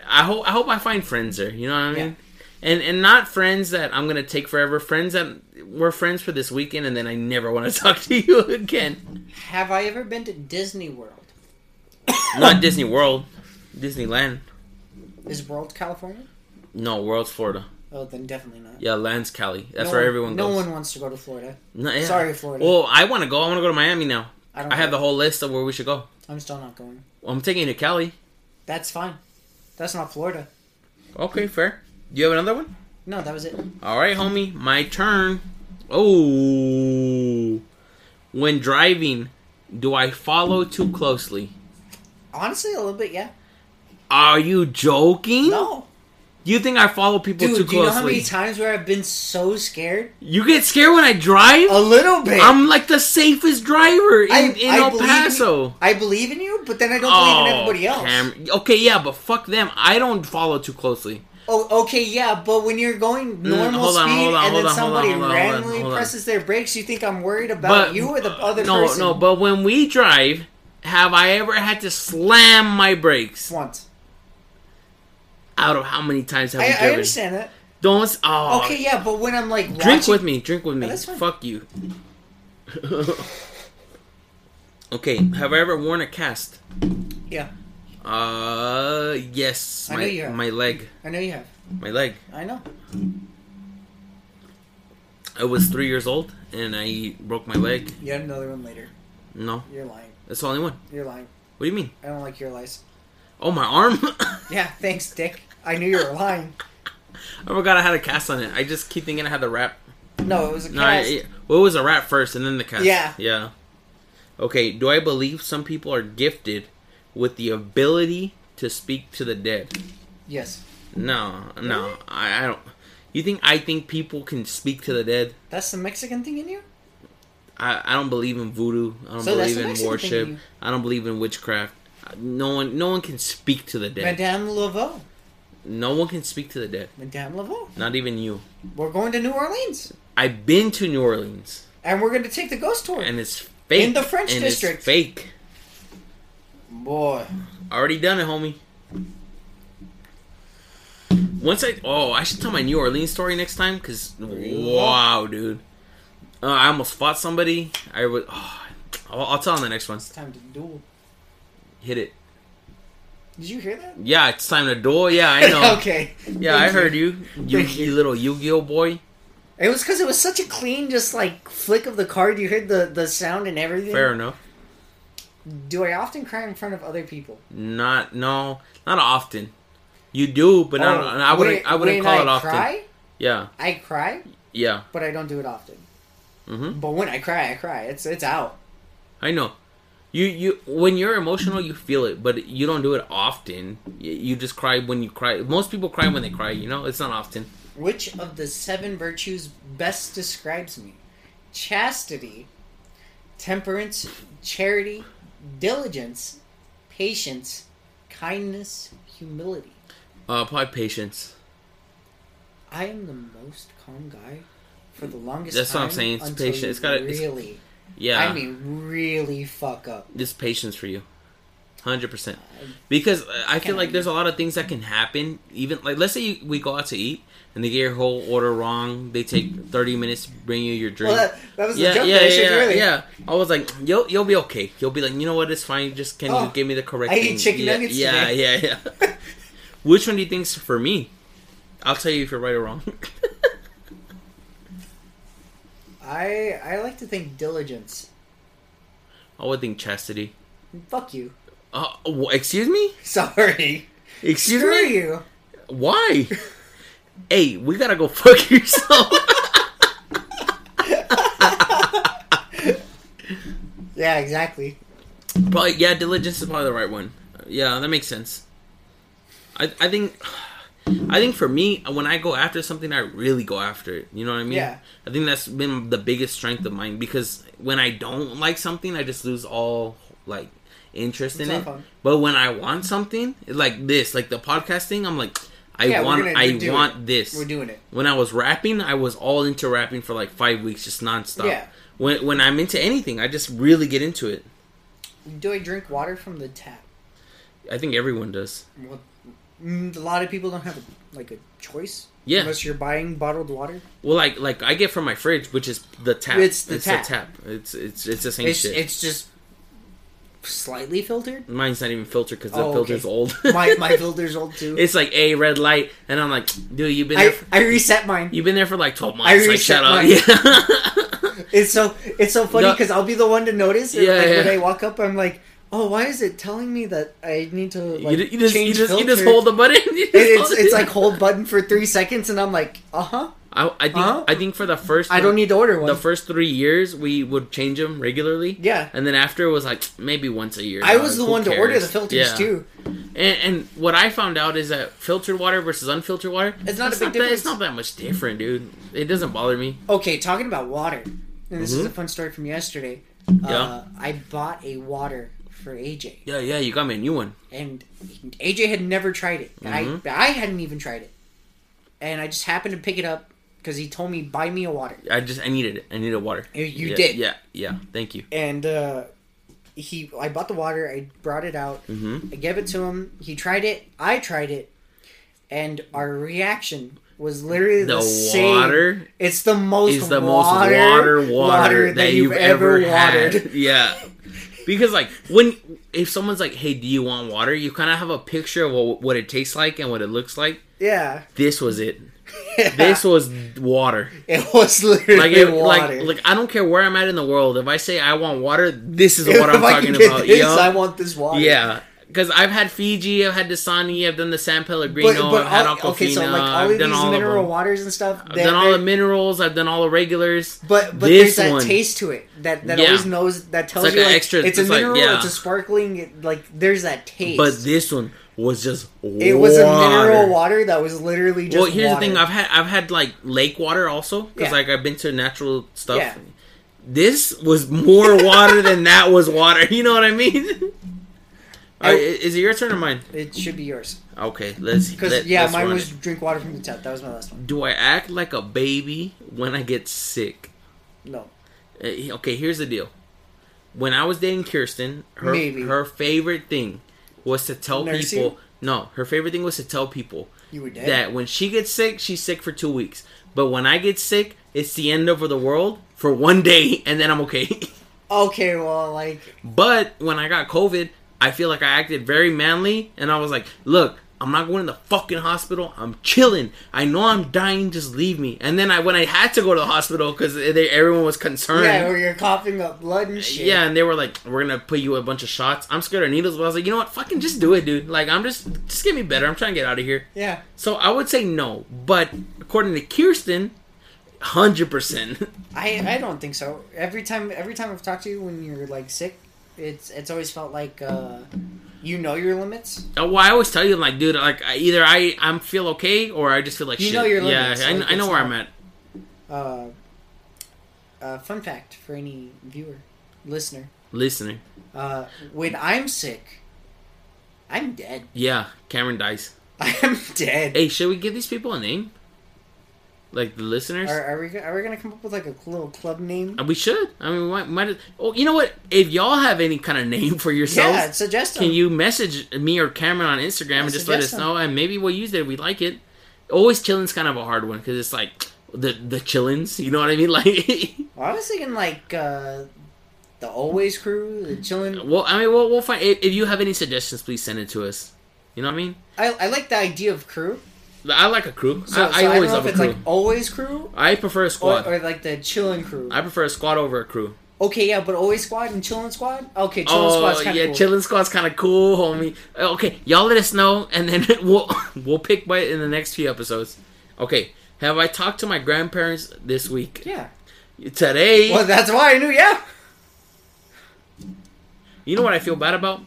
C: I hope I hope I find friends there. You know what I mean? And and not friends that I'm gonna take forever. Friends that we're friends for this weekend, and then I never want to talk to you again.
B: Have I ever been to Disney World?
C: Not Disney World, Disneyland.
B: Is World California?
C: No, World's Florida.
B: Oh, then definitely not.
C: Yeah, Land's Cali. That's
B: no
C: where
B: one-
C: everyone
B: No
C: goes.
B: one wants to go to Florida.
C: No, yeah.
B: Sorry, Florida.
C: Well, I want to go. I want to go to Miami now.
B: I don't.
C: I have
B: care.
C: the whole list of where we should go.
B: I'm still not going.
C: Well, I'm taking you to Cali.
B: That's fine. That's not Florida.
C: Okay, fair. Do you have another one?
B: No, that was it.
C: All right, homie, my turn. Oh, when driving, do I follow too closely?
B: Honestly, a little bit, yeah.
C: Are you joking?
B: No,
C: You think I follow people
B: dude.
C: Hmm? too
B: do you know how
C: closely?
B: many times where I've been so scared?
C: you get scared when I drive.
B: A little bit.
C: I'm like the safest driver in, in El
B: believe
C: Paso.
B: You, I believe in you, but then I don't
C: oh,
B: believe in everybody else.
C: Cam- okay, yeah, but fuck them. I don't follow too closely.
B: Oh, okay, yeah, but when you're going normal
C: hold on,
B: speed
C: hold on, hold on,
B: and then
C: hold on,
B: somebody
C: hold on, hold on,
B: randomly
C: hold on.
B: presses their brakes, you think I'm worried about
C: But
B: you or the other
C: no,
B: person?
C: no. But when we drive, have I ever had to slam my brakes?
B: once.
C: Out of how many times have we
B: I,
C: driven?
B: I understand that.
C: Don't. s- Oh,
B: Okay, yeah, but when I'm like
C: Drink
B: watching,
C: with me. Drink with me.
B: that's fine.
C: Fuck you. okay. Have I ever worn a cast?
B: yeah,
C: Uh, yes.
B: I
C: my
B: know you have.
C: my leg,
B: I know you have.
C: my leg.
B: I know.
C: I was three years old and I broke my leg.
B: You had another one later.
C: No,
B: You're lying.
C: that's the only one.
B: You're lying.
C: What do you mean?
B: I don't like your lies.
C: Oh, my arm.
B: Yeah, thanks, Dick. I knew you were lying.
C: I forgot I had a cast on it. I just keep thinking I had the wrap.
B: No, it was a
C: No, I,
B: cast.
C: it- well, it was a wrap first and then the cast.
B: Yeah.
C: yeah. Okay. Do I believe some people are gifted with the ability to speak to the dead?
B: yes,
C: No, no, I, I don't. You think I think people can speak to the dead?
B: that's the Mexican thing in you.
C: I, I don't believe in voodoo. I don't
B: So that's
C: believe
B: the
C: in
B: Mexican thing
C: worship.
B: you-
C: I don't believe in witchcraft. No one, no one can speak to the dead.
B: Madame Laveau.
C: No one can speak to the dead.
B: Madame Laveau.
C: Not even you.
B: We're going to New Orleans,
C: I've been to New Orleans,
B: and we're going to take the ghost tour.
C: and it's fake.
B: In the French
C: and it's
B: district.
C: fake.
B: Boy,
C: Already done it, homie. Once I oh, I should tell my New Orleans story next time because wow, dude, uh, I almost fought somebody. I would. Oh, I'll, I'll tell on the next one.
B: it's time to duel.
C: Hit it.
B: Did you hear that?
C: Yeah, it's time to duel. Yeah, I know.
B: okay.
C: Yeah, I
B: Thank
C: heard you. You,
B: Thank
C: you little Yu-Gi-Oh boy.
B: It was because it was such a clean, just like flick of the card. You heard the the sound and everything.
C: Fair enough.
B: Do I often cry in front of other people?
C: Not no, not often. You do, but not.
B: Oh,
C: I wouldn't.
B: when-
C: I wouldn't
B: when
C: call
B: I
C: it often.
B: Cry,
C: Yeah,
B: I cry,
C: yeah.
B: but I don't do it often.
C: hmm
B: But when I cry, I cry. It's it's out.
C: I know. You you when you're emotional, you feel it, but you don't do it often. You, you just cry when you cry. Most people cry when they cry. You know, it's not often.
B: Which of the seven virtues best describes me? Chastity, temperance, charity, diligence, patience, kindness, humility.
C: Uh, probably patience.
B: I am the most calm guy for the longest
C: That's what
B: time.
C: I'm saying, it's
B: until
C: patient.
B: you
C: It's gotta- it's-
B: really.
C: Yeah,
B: I mean, really fuck up.
C: this patience for you. 100%. Because uh, I feel like there's a lot of things that can happen. Even, like, let's say you, we go out to eat and they get your whole order wrong. They take 30 minutes to bring you your drink.
B: Well, that, that was the
C: yeah,
B: joke
C: yeah,
B: that I
C: yeah,
B: showed you
C: yeah,
B: earlier.
C: yeah. I was like, you'll you'll be okay. You'll be like, you know what, it's fine. Just can
B: Oh,
C: you give me the correct?
B: I ate
C: thing?
B: chicken
C: yeah,
B: nuggets
C: Yeah, yeah, yeah. Which one do you think's for me? I'll tell you if you're right or wrong.
B: I I like to think diligence.
C: I would think chastity.
B: Fuck you.
C: Uh, wh- excuse me.
B: Sorry.
C: Excuse
B: Screw
C: me.
B: you.
C: Why? hey, we gotta go fuck yourself.
B: Yeah, exactly.
C: probably yeah. Diligence is probably the right one. Yeah, that makes sense. I I think. I think for me, when I go after something, I really go after it. You know what I mean?
B: Yeah.
C: I think that's been the biggest strength of mine because when I don't like something, I just lose all like interest in
B: It's not
C: it.
B: fun.
C: But when I want something, like this, like the podcast thing, I'm like, I
B: Yeah, we're
C: want,
B: gonna
C: I
B: do
C: want
B: it.
C: this.
B: We're doing it.
C: When I was rapping, I was all into rapping for like five weeks, just nonstop.
B: Yeah.
C: When when I'm into anything, I just really get into it.
B: Do I drink water from the tap?
C: I think everyone does.
B: Well, mm, a lot of people don't have like a choice.
C: Yeah.
B: Unless you're buying bottled water,
C: Well, like like I get from my fridge, which is the tap.
B: It's the tap.
C: It's it's it's the same
B: it's
C: shit.
B: it's just slightly filtered.
C: Mine's not even filtered because the
B: Oh,
C: filter's
B: okay.
C: old.
B: My my filter's old too.
C: it's like a red light, and I'm like, dude, you've been there
B: I,
C: for,
B: I reset mine.
C: you've been there for like twelve months.
B: I
C: like, shut
B: reset
C: up.
B: mine.
C: Yeah.
B: It's so it's so funny
C: No.
B: because I'll be the one to notice. and,
C: Yeah,
B: like, When
C: yeah.
B: I walk up, I'm like, oh, why is it telling me that I need to
C: You
B: like
C: ju- you, just you
B: change
C: just you just
B: filter?"
C: hold the button. You just
B: It- it's
C: hold
B: it's
C: it.
B: like hold button for three seconds, and I'm like, uh huh.
C: I, I think
B: Huh?
C: I think for the first
B: I
C: three-
B: don't need to order
C: the
B: one.
C: first three years we would change them regularly.
B: Yeah.
C: and then after it was like maybe once a year.
B: I was the
C: Who
B: one to order
C: cares?
B: the filters
C: Yeah.
B: too.
C: And, and what I found out is that filtered water versus unfiltered water,
B: It's not a big
C: that,
B: difference.
C: It's not that much different, dude. It doesn't bother me.
B: Okay, talking about water, and this is a
C: Mhm.
B: fun story from yesterday.
C: Yeah.
B: Uh, I bought a water for AJ,
C: Yeah, yeah, you got me a new one.
B: and AJ had never tried it, and
C: Mhm.
B: I I hadn't even tried it, and I just happened to pick it up because he told me buy me a water.
C: I just I needed it. I needed water.
B: You- you
C: Yeah,
B: did.
C: Yeah, yeah. Thank you.
B: and uh, he I bought the water, I brought it out,
C: Mm-hmm.
B: I gave it to him, he tried it, I tried it, and our reaction was literally the,
C: The
B: same.
C: water
B: It's the most
C: is the most
B: water,
C: water water, that, you've, ever had. Yeah. Because like when if someone's like, "Hey, do you want water?" You kind of have a picture of what, what it tastes like and what it looks like.
B: yeah.
C: This was it. This was water.
B: it was literally
C: Like, it,
B: water.
C: like, like I don't care where I'm at in the world. If I say I want water, this is
B: If
C: what I'm
B: I
C: talking
B: can get
C: about.
B: this,
C: yo.
B: I want this water.
C: Yeah, because I've had Fiji, I've had Dasani, I've done the San Pellegrino,
B: But, but
C: I've had
B: all,
C: Aquafina,
B: okay, so like all
C: I've
B: of
C: done
B: these
C: all of
B: mineral
C: them.
B: waters and stuff.
C: I've
B: they're-
C: done all
B: they're-
C: the minerals, I've done all the regulars.
B: But but
C: This
B: there's that
C: one-
B: taste to it that that
C: Yeah.
B: always knows that tells
C: like
B: you
C: a
B: like
C: extra-
B: it's a
C: it's like,
B: mineral,
C: yeah.
B: it's a sparkling, it- like there's that taste.
C: But this one was just water.
B: it was a mineral water that was literally just.
C: Well, here's
B: water.
C: the thing: I've had I've had like lake water also because
B: Yeah.
C: like I've been to natural stuff.
B: Yeah.
C: This was more water than that was water. You know what I mean? All right, i- is it your turn or mine?
B: It should be yours
C: Okay, let's.
B: because
C: let-
B: yeah,
C: let's
B: mine
C: run
B: was
C: it.
B: drink water from the tap. That was my last one.
C: Do I act like a baby when I get sick?
B: No,
C: Uh, he- okay, here's the deal. When I was dating Kirsten, her
B: Maybe.
C: her favorite thing was to tell
B: Nurse
C: people.
B: you?
C: No, her favorite thing was to tell people
B: you were dead.
C: that when she gets sick, she's sick for two weeks. But when I get sick, it's the end of the world for one day, and then I'm okay.
B: okay, well, like
C: but when I got COVID, I feel like I acted very manly, and I was like, "Look, I'm not going to the fucking hospital. I'm chilling. I know I'm dying. Just leave me." And then I when I had to go to the hospital because everyone was concerned.
B: yeah, where you're coughing up blood and shit.
C: Yeah, and they were like, "We're gonna put you a bunch of shots." I'm scared of needles, but I was like, "You know what? Fucking just do it, dude. Like, I'm just just get me better. I'm trying to get out of here."
B: yeah.
C: So I would say no, but according to Kirsten, hundred percent. Mm-hmm.
B: I I don't think so. Every time every time I've talked to you when you're like sick, it's it's always felt like uh, you know your limits.
C: Uh, Well, I always tell you, like, dude, like I, either I I feel okay or I just feel like
B: You
C: shit.
B: know your
C: yeah,
B: limits,
C: I,
B: like,
C: I know
B: it's
C: where
B: not-
C: I'm at.
B: Uh, uh, fun fact for any viewer, listener:
C: Listener,
B: uh, when I'm sick, I'm dead.
C: yeah, Cameron dies.
B: I'm dead.
C: Hey, should we give these people a name? Like the listeners.
B: Are, are we go- are we gonna come up with like a cl- little club name?
C: Uh, We should. I mean, we might. might oh, you know what? If y'all have any kind of name for yourselves,
B: yeah, suggest them.
C: Can you message me or Cameron on Instagram and just let us
B: suggestion.
C: know, and maybe we'll use it if we like it. Always chillin's kind of a hard one because it's like the the chillins, you know what I mean? Like,
B: I was thinking like uh, the Always Crew, the chilling.
C: well, I mean, we'll, we'll find. If, if you have any suggestions, please send it to us. You know what I mean?
B: I, I like the idea of crew.
C: I like a crew.
B: So
C: I, I
B: so I
C: always
B: don't know
C: love
B: if
C: a
B: it's
C: crew.
B: like Always Crew
C: I prefer a
B: or,
C: squad.
B: or like the chilling crew.
C: I prefer a squad over a crew.
B: Okay, yeah, but Always Squad and chilling Squad. Okay, chilling
C: Oh
B: Squad's kind
C: yeah,
B: of cool.
C: chillin' squad's kind of cool, homie. Uh, Okay, y'all let us know, and then we'll we'll pick by in the next few episodes. Okay, have I talked to my grandparents this week?
B: yeah.
C: Today,
B: Well, that's why I knew. Yeah.
C: You know what I feel bad about?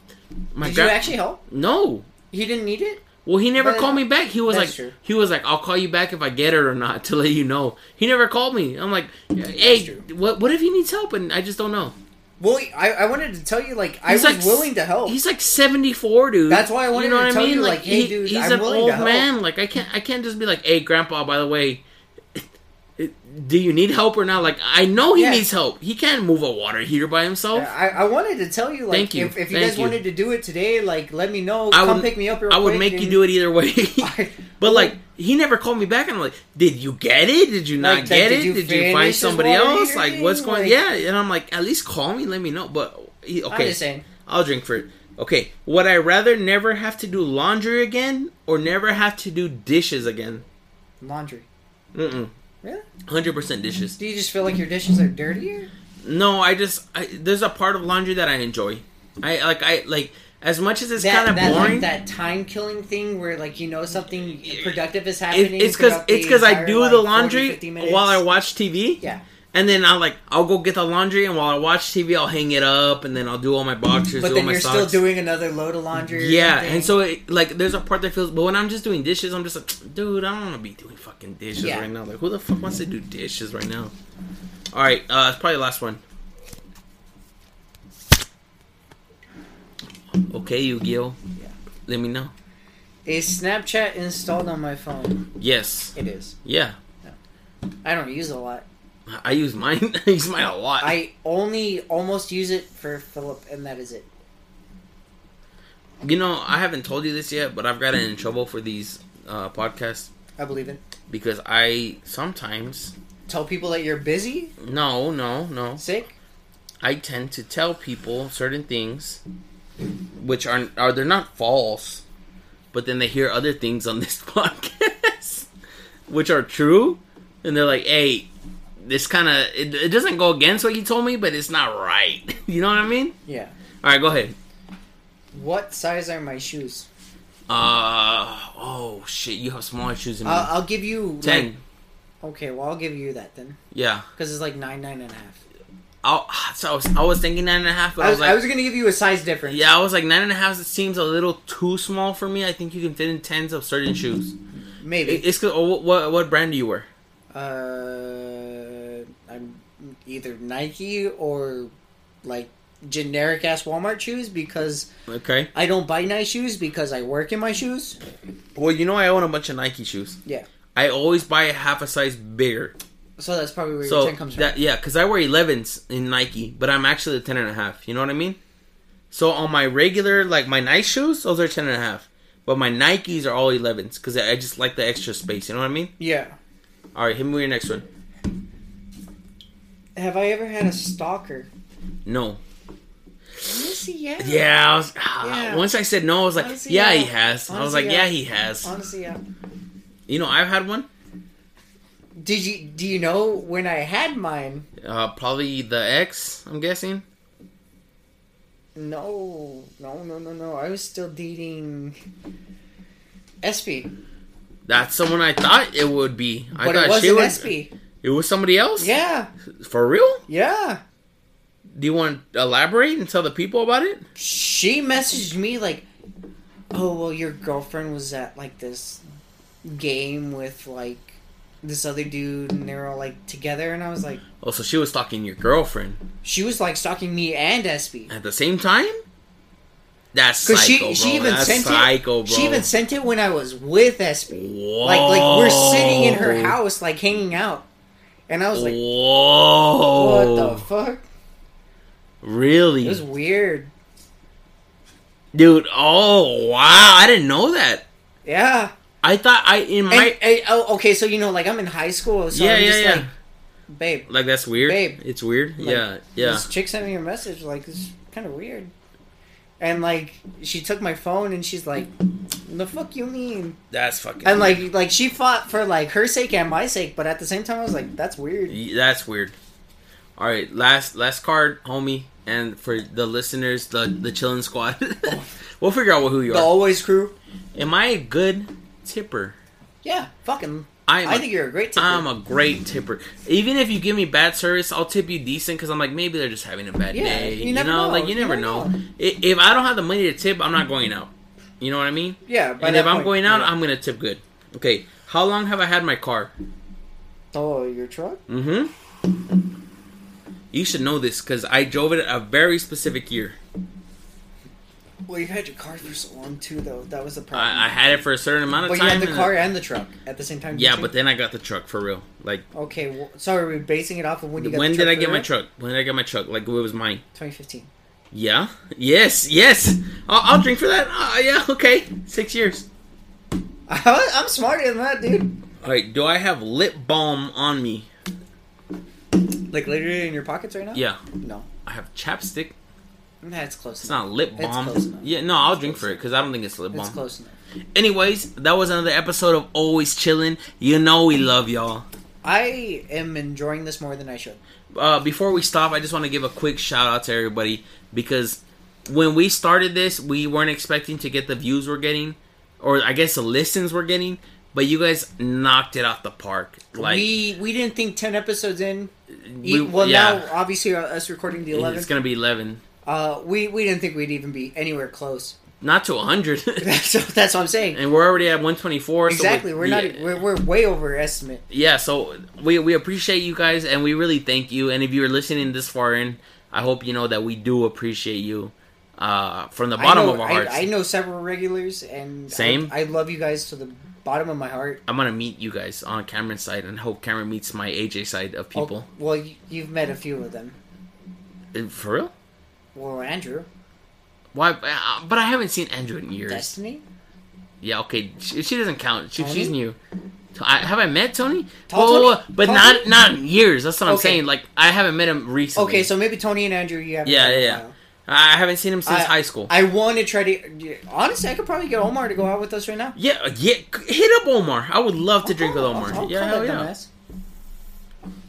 C: My
B: Did
C: gra-
B: you actually help?
C: No.
B: He didn't need it.
C: Well, he never
B: But-
C: called me back. He was
B: That's
C: like,
B: true.
C: he was like, I'll call you back if I get it or not to let you know. He never called me. I'm like, hey,
B: true.
C: what what if he needs help? And I just don't know.
B: Well, I, I wanted to tell you like I
C: He's
B: was
C: like-
B: willing to help.
C: He's like 74, dude.
B: That's why I wanted to tell you, like, hey, dude,
C: he's
B: I'm
C: an
B: willing to
C: old
B: help.
C: man. Like I can't I can't just be like, hey, grandpa. By the way, do you need help or not? Like, I know he
B: Yeah.
C: needs help. He can't move a water heater by himself.
B: I, I wanted to tell you, like,
C: Thank you.
B: if, if you
C: Thank
B: guys
C: you.
B: wanted to do it today, like, let me know.
C: I
B: Come
C: would-
B: pick me up. Real
C: I would
B: quick
C: make
B: and,
C: you do it either way.
B: I-
C: but like, he never called me back, and I'm like, did you get it? Did you not
B: Like,
C: get
B: did
C: it?
B: you
C: did you
B: finish
C: find
B: this
C: somebody
B: water
C: else?
B: heater
C: Like,
B: thing?
C: what's going?
B: Like-
C: yeah, and I'm like, at least call me, let me know. But he,
B: I'm
C: okay,
B: just saying.
C: I'll drink for it. Okay, would I rather never have to do laundry again or never have to do dishes again?
B: Laundry.
C: Mm-mm.
B: Really?
C: Hundred percent dishes.
B: Do you just feel like your dishes are dirtier?
C: No, I just I, there's a part of laundry that I enjoy. I like I like as much as it's
B: That,
C: kind of
B: that,
C: boring.
B: like, that time killing thing where, like, you know something productive is
C: it,
B: happening.
C: it's because
B: throughout the
C: it's because I
B: entire,
C: do
B: like,
C: the
B: 40,
C: laundry
B: 50 minutes.
C: while I watch TV.
B: Yeah.
C: And then I'll like I'll go get the laundry, and while I watch TV, I'll hang it up, and then I'll do all my boxers, do
B: But
C: all
B: then
C: my
B: you're
C: socks.
B: still doing another load of laundry. or
C: yeah,
B: something.
C: and so it, like there's a part that feels. But when I'm just doing dishes, I'm just like, dude, I don't want to be doing fucking dishes
B: Yeah.
C: right now. Like, who the fuck wants to do dishes right now? All right, uh, it's probably the last one. Okay, Yu Gi Oh.
B: Yeah.
C: Let me know.
B: Is Snapchat installed on my phone?
C: Yes.
B: It is.
C: Yeah.
B: I don't use it a lot.
C: I- I use mine. I use mine a lot.
B: I only almost use it for Philip, and that is it.
C: You know, I haven't told you this yet, but I've gotten in trouble for these uh, podcasts
B: I believe it.
C: because I sometimes
B: Tell people that you're busy,
C: no, no, no.
B: sick.
C: I tend to tell people certain things, which are are they're not false, but then they hear other things on this podcast, which are true, and they're like, "Hey, this kind of it, it doesn't go against what you told me, but it's not right." you know what I mean?
B: Yeah.
C: All right, go ahead.
B: What size are my shoes?
C: Uh oh shit, you have smaller shoes than me.
B: I'll, I'll give you Uh, like-
C: Hmm. Ten.
B: okay, well I'll give you that then,
C: Yeah.
B: because it's like nine, nine and a half.
C: I'll, so I was, I was thinking nine and a half, but I was, like,
B: I was gonna give you a size difference.
C: yeah, I was like nine and a half seems a little too small for me. I think you can fit in tens of certain shoes.
B: Maybe.
C: It- It's 'cause- oh, what, what what brand do you wear?
B: uh, I'm either Nike or like generic ass Walmart shoes because
C: Okay.
B: I don't buy nice shoes because I work in my shoes.
C: Well, you know I own a bunch of Nike shoes.
B: Yeah.
C: I always buy a half a size bigger.
B: So that's probably where your
C: So
B: ten comes
C: that yeah, because I wear 11s in Nike, but I'm actually a ten and a half. You know what I mean? So on my regular like my nice shoes, those are ten and a half. But my Nikes are all 11s because I I just like the extra space. You know what I mean?
B: from. Yeah.
C: All right, hit me with your next one.
B: Have I ever had a stalker?
C: No,
B: Honestly, yeah.
C: Yeah, I was, ah,
B: Yeah.
C: once I said no, I was like,
B: Honestly,
C: yeah,
B: yeah.
C: he has. I was
B: Honestly,
C: like, yeah.
B: yeah.
C: he has.
B: Honestly, yeah.
C: You know, I've had one.
B: Did you do you know when I had mine?
C: Uh, probably the ex, I'm guessing.
B: No, no, no, no, no. I was still dating SP,
C: That's someone I thought it would be. I
B: but
C: thought
B: it
C: she
B: wasn't
C: was.
B: SP.
C: It was somebody else.
B: Yeah,
C: For real?
B: yeah.
C: Do you want to elaborate and tell the people about it?
B: She messaged me like, "Oh well, your girlfriend was at like this game with like this other dude, and they were all like together." And I was like,
C: Oh, so she was stalking your girlfriend
B: "She was like stalking me and SP."
C: at the same time. That's
B: Cause
C: psycho,
B: she,
C: bro.
B: she even
C: That's
B: sent
C: psycho,
B: it.
C: bro.
B: She even sent it when I was with SP.
C: Whoa.
B: Like like we're sitting in
C: Oh.
B: her house, like hanging out, and I was like,
C: Whoa. Oh.
B: "What the fuck?"
C: Really?
B: It was weird.
C: Dude, oh wow, I didn't know that.
B: Yeah.
C: I thought I in
B: And,
C: my
B: and- oh, okay. So you know, like I'm in high school, so
C: yeah
B: I'm
C: yeah
B: just
C: yeah.
B: like, babe,
C: like that's weird.
B: babe.
C: it's weird.
B: Like,
C: yeah yeah.
B: this chick sent me a message like this kind of weird, and like she took my phone and she's like, "The fuck you mean?"
C: That's fucking.
B: And like like she fought for like her sake and my sake, but at the same time I was like, "That's weird."
C: weird. that's weird. All right, last last card, homie, and for the listeners, the the chilling squad,
B: Oh.
C: we'll figure out who you
B: The
C: are.
B: always crew.
C: Am I a good tipper?
B: Yeah, fucking.
C: I'm
B: I think you're a great tipper.
C: I'm a great tipper. Even if you give me bad service, I'll tip you decent because I'm like maybe they're just having a bad
B: Yeah,
C: day.
B: you
C: You,
B: never
C: know?
B: know.
C: like you
B: You
C: never
B: never
C: know.
B: know.
C: I- If I don't have the money to tip, I'm not going out. You know what I mean?
B: yeah, by
C: and
B: that
C: if I'm
B: point,
C: going out,
B: yeah.
C: I'm gonna tip good. Okay, how long have I had my car?
B: Oh, your truck?
C: Mm-hmm. You should know this because I drove it a very specific year.
B: Well, you had your car for so long too, though. That was the problem.
C: I, I had it for a certain amount of
B: but you
C: time.
B: had the
C: and-
B: car and the truck at the same time.
C: yeah,
B: didn't
C: but
B: you?
C: then I got the truck for real. Like,
B: okay. Well, so are we basing it off of when you got?
C: when
B: the
C: did
B: truck
C: I get my
B: for-
C: truck? When did I get my truck? Like, it was mine.
B: 2015.
C: Yeah. Yes. Yes. I'll, I'll drink for that. Uh, yeah. Okay. Six years.
B: I'm smarter than that, dude.
C: All right. Do I have lip balm on me?
B: Like literally in your pockets right now.
C: Yeah.
B: No,
C: I have chapstick.
B: that's close.
C: It's
B: Enough.
C: not lip
B: It's
C: balm.
B: close enough.
C: yeah. No, I'll drink for it because I don't think it's lip
B: It's
C: balm.
B: close enough.
C: Anyways, that was another episode of Always Chilling. You know we love y'all.
B: I am enjoying this more than I should.
C: uh, before we stop, I just want to give a quick shout out to everybody because when we started this, we weren't expecting to get the views we're getting, or I guess the listens we're getting. But you guys knocked it out the park. Like
B: we we didn't think 10 episodes in.
C: we-
B: well,
C: yeah.
B: now obviously uh, us recording the 11th.
C: it's gonna be eleven,
B: Uh, we we didn't think we'd even be anywhere close.
C: not to hundred,
B: so that's what I'm saying.
C: and we're already at one twenty four.
B: Exactly.
C: so
B: We're not. e-,
C: yeah,
B: We're, we're way over estimate.
C: yeah, so we we appreciate you guys, and we really thank you. And if you're listening this far in, I hope you know that we do appreciate you uh, from the bottom
B: I know,
C: of our
B: I-
C: hearts.
B: I, know several regulars, and I-
C: Same.
B: I, love you guys to the bottom of my heart.
C: I'm gonna meet you guys on Cameron's side and hope Cameron meets my AJ side of
B: Oh,
C: people.
B: well, you, you've met a few of them.
C: Uh, For real?
B: Well, Andrew,
C: Why? uh, But I haven't seen Andrew in years.
B: Destiny,
C: yeah, okay. She, she doesn't count. She,
B: Tony?
C: she's new. To- I, have I met Tony?
B: Tall
C: Whoa, whoa,
B: Tony?
C: whoa, but
B: Tall
C: not
B: Tony?
C: not in years. That's what I'm
B: Okay.
C: saying. Like I haven't met him recently.
B: Okay, so maybe Tony and Andrew, you have.
C: yeah, yeah, yeah. I haven't seen him since high school.
B: I want to try to. Honestly, I could probably get Omar to go out with us right now. Oh,
C: yeah, yeah. c- Hit up Omar. I would love to drink with
B: I'll-
C: Omar.
B: I'll- I'll
C: yeah,
B: call
C: hell
B: that
C: yeah.
B: dumbass.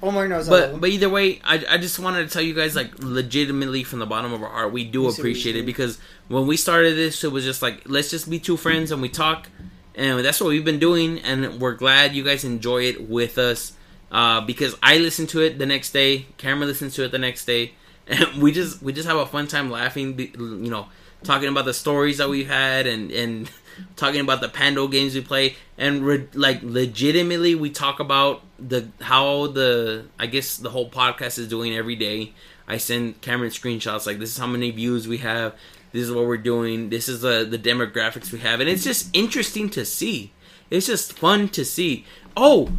B: Omar knows. I love him.
C: But but either way, I, I just wanted to tell you guys like legitimately from the bottom of our heart, we do
B: We see what
C: appreciate
B: you
C: it
B: did.
C: because when we started this, it was just like let's just be two friends and we talk, and that's what we've been doing, and we're glad you guys enjoy it with us. Uh, because I listen to it the next day, Cameron listens to it the next day, and we just we just have a fun time laughing, be- you know, talking about the stories that we've had and and talking about the Pando games we play, and re- like legitimately we talk about the how the I guess the whole podcast is doing every day. I send Cameron screenshots like this is how many views we have, this is what we're doing, this is the the demographics we have, and it's just interesting to see. It's just fun to see. Oh,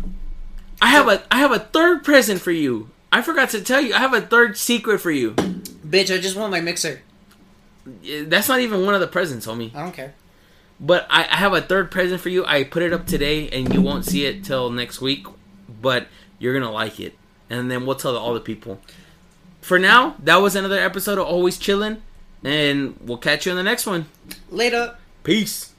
C: I have a I have a third present for you. I forgot to tell you. I have a third secret for you.
B: bitch, I just want my mixer.
C: That's not even one of the presents, homie.
B: I don't care.
C: But I, I have a third present for you. I put it up today, and you won't see it till next week. But you're gonna like it, and then we'll tell all the people. For now, that was another episode of Always Chillin', and we'll catch you in the next one.
B: Later.
C: Peace.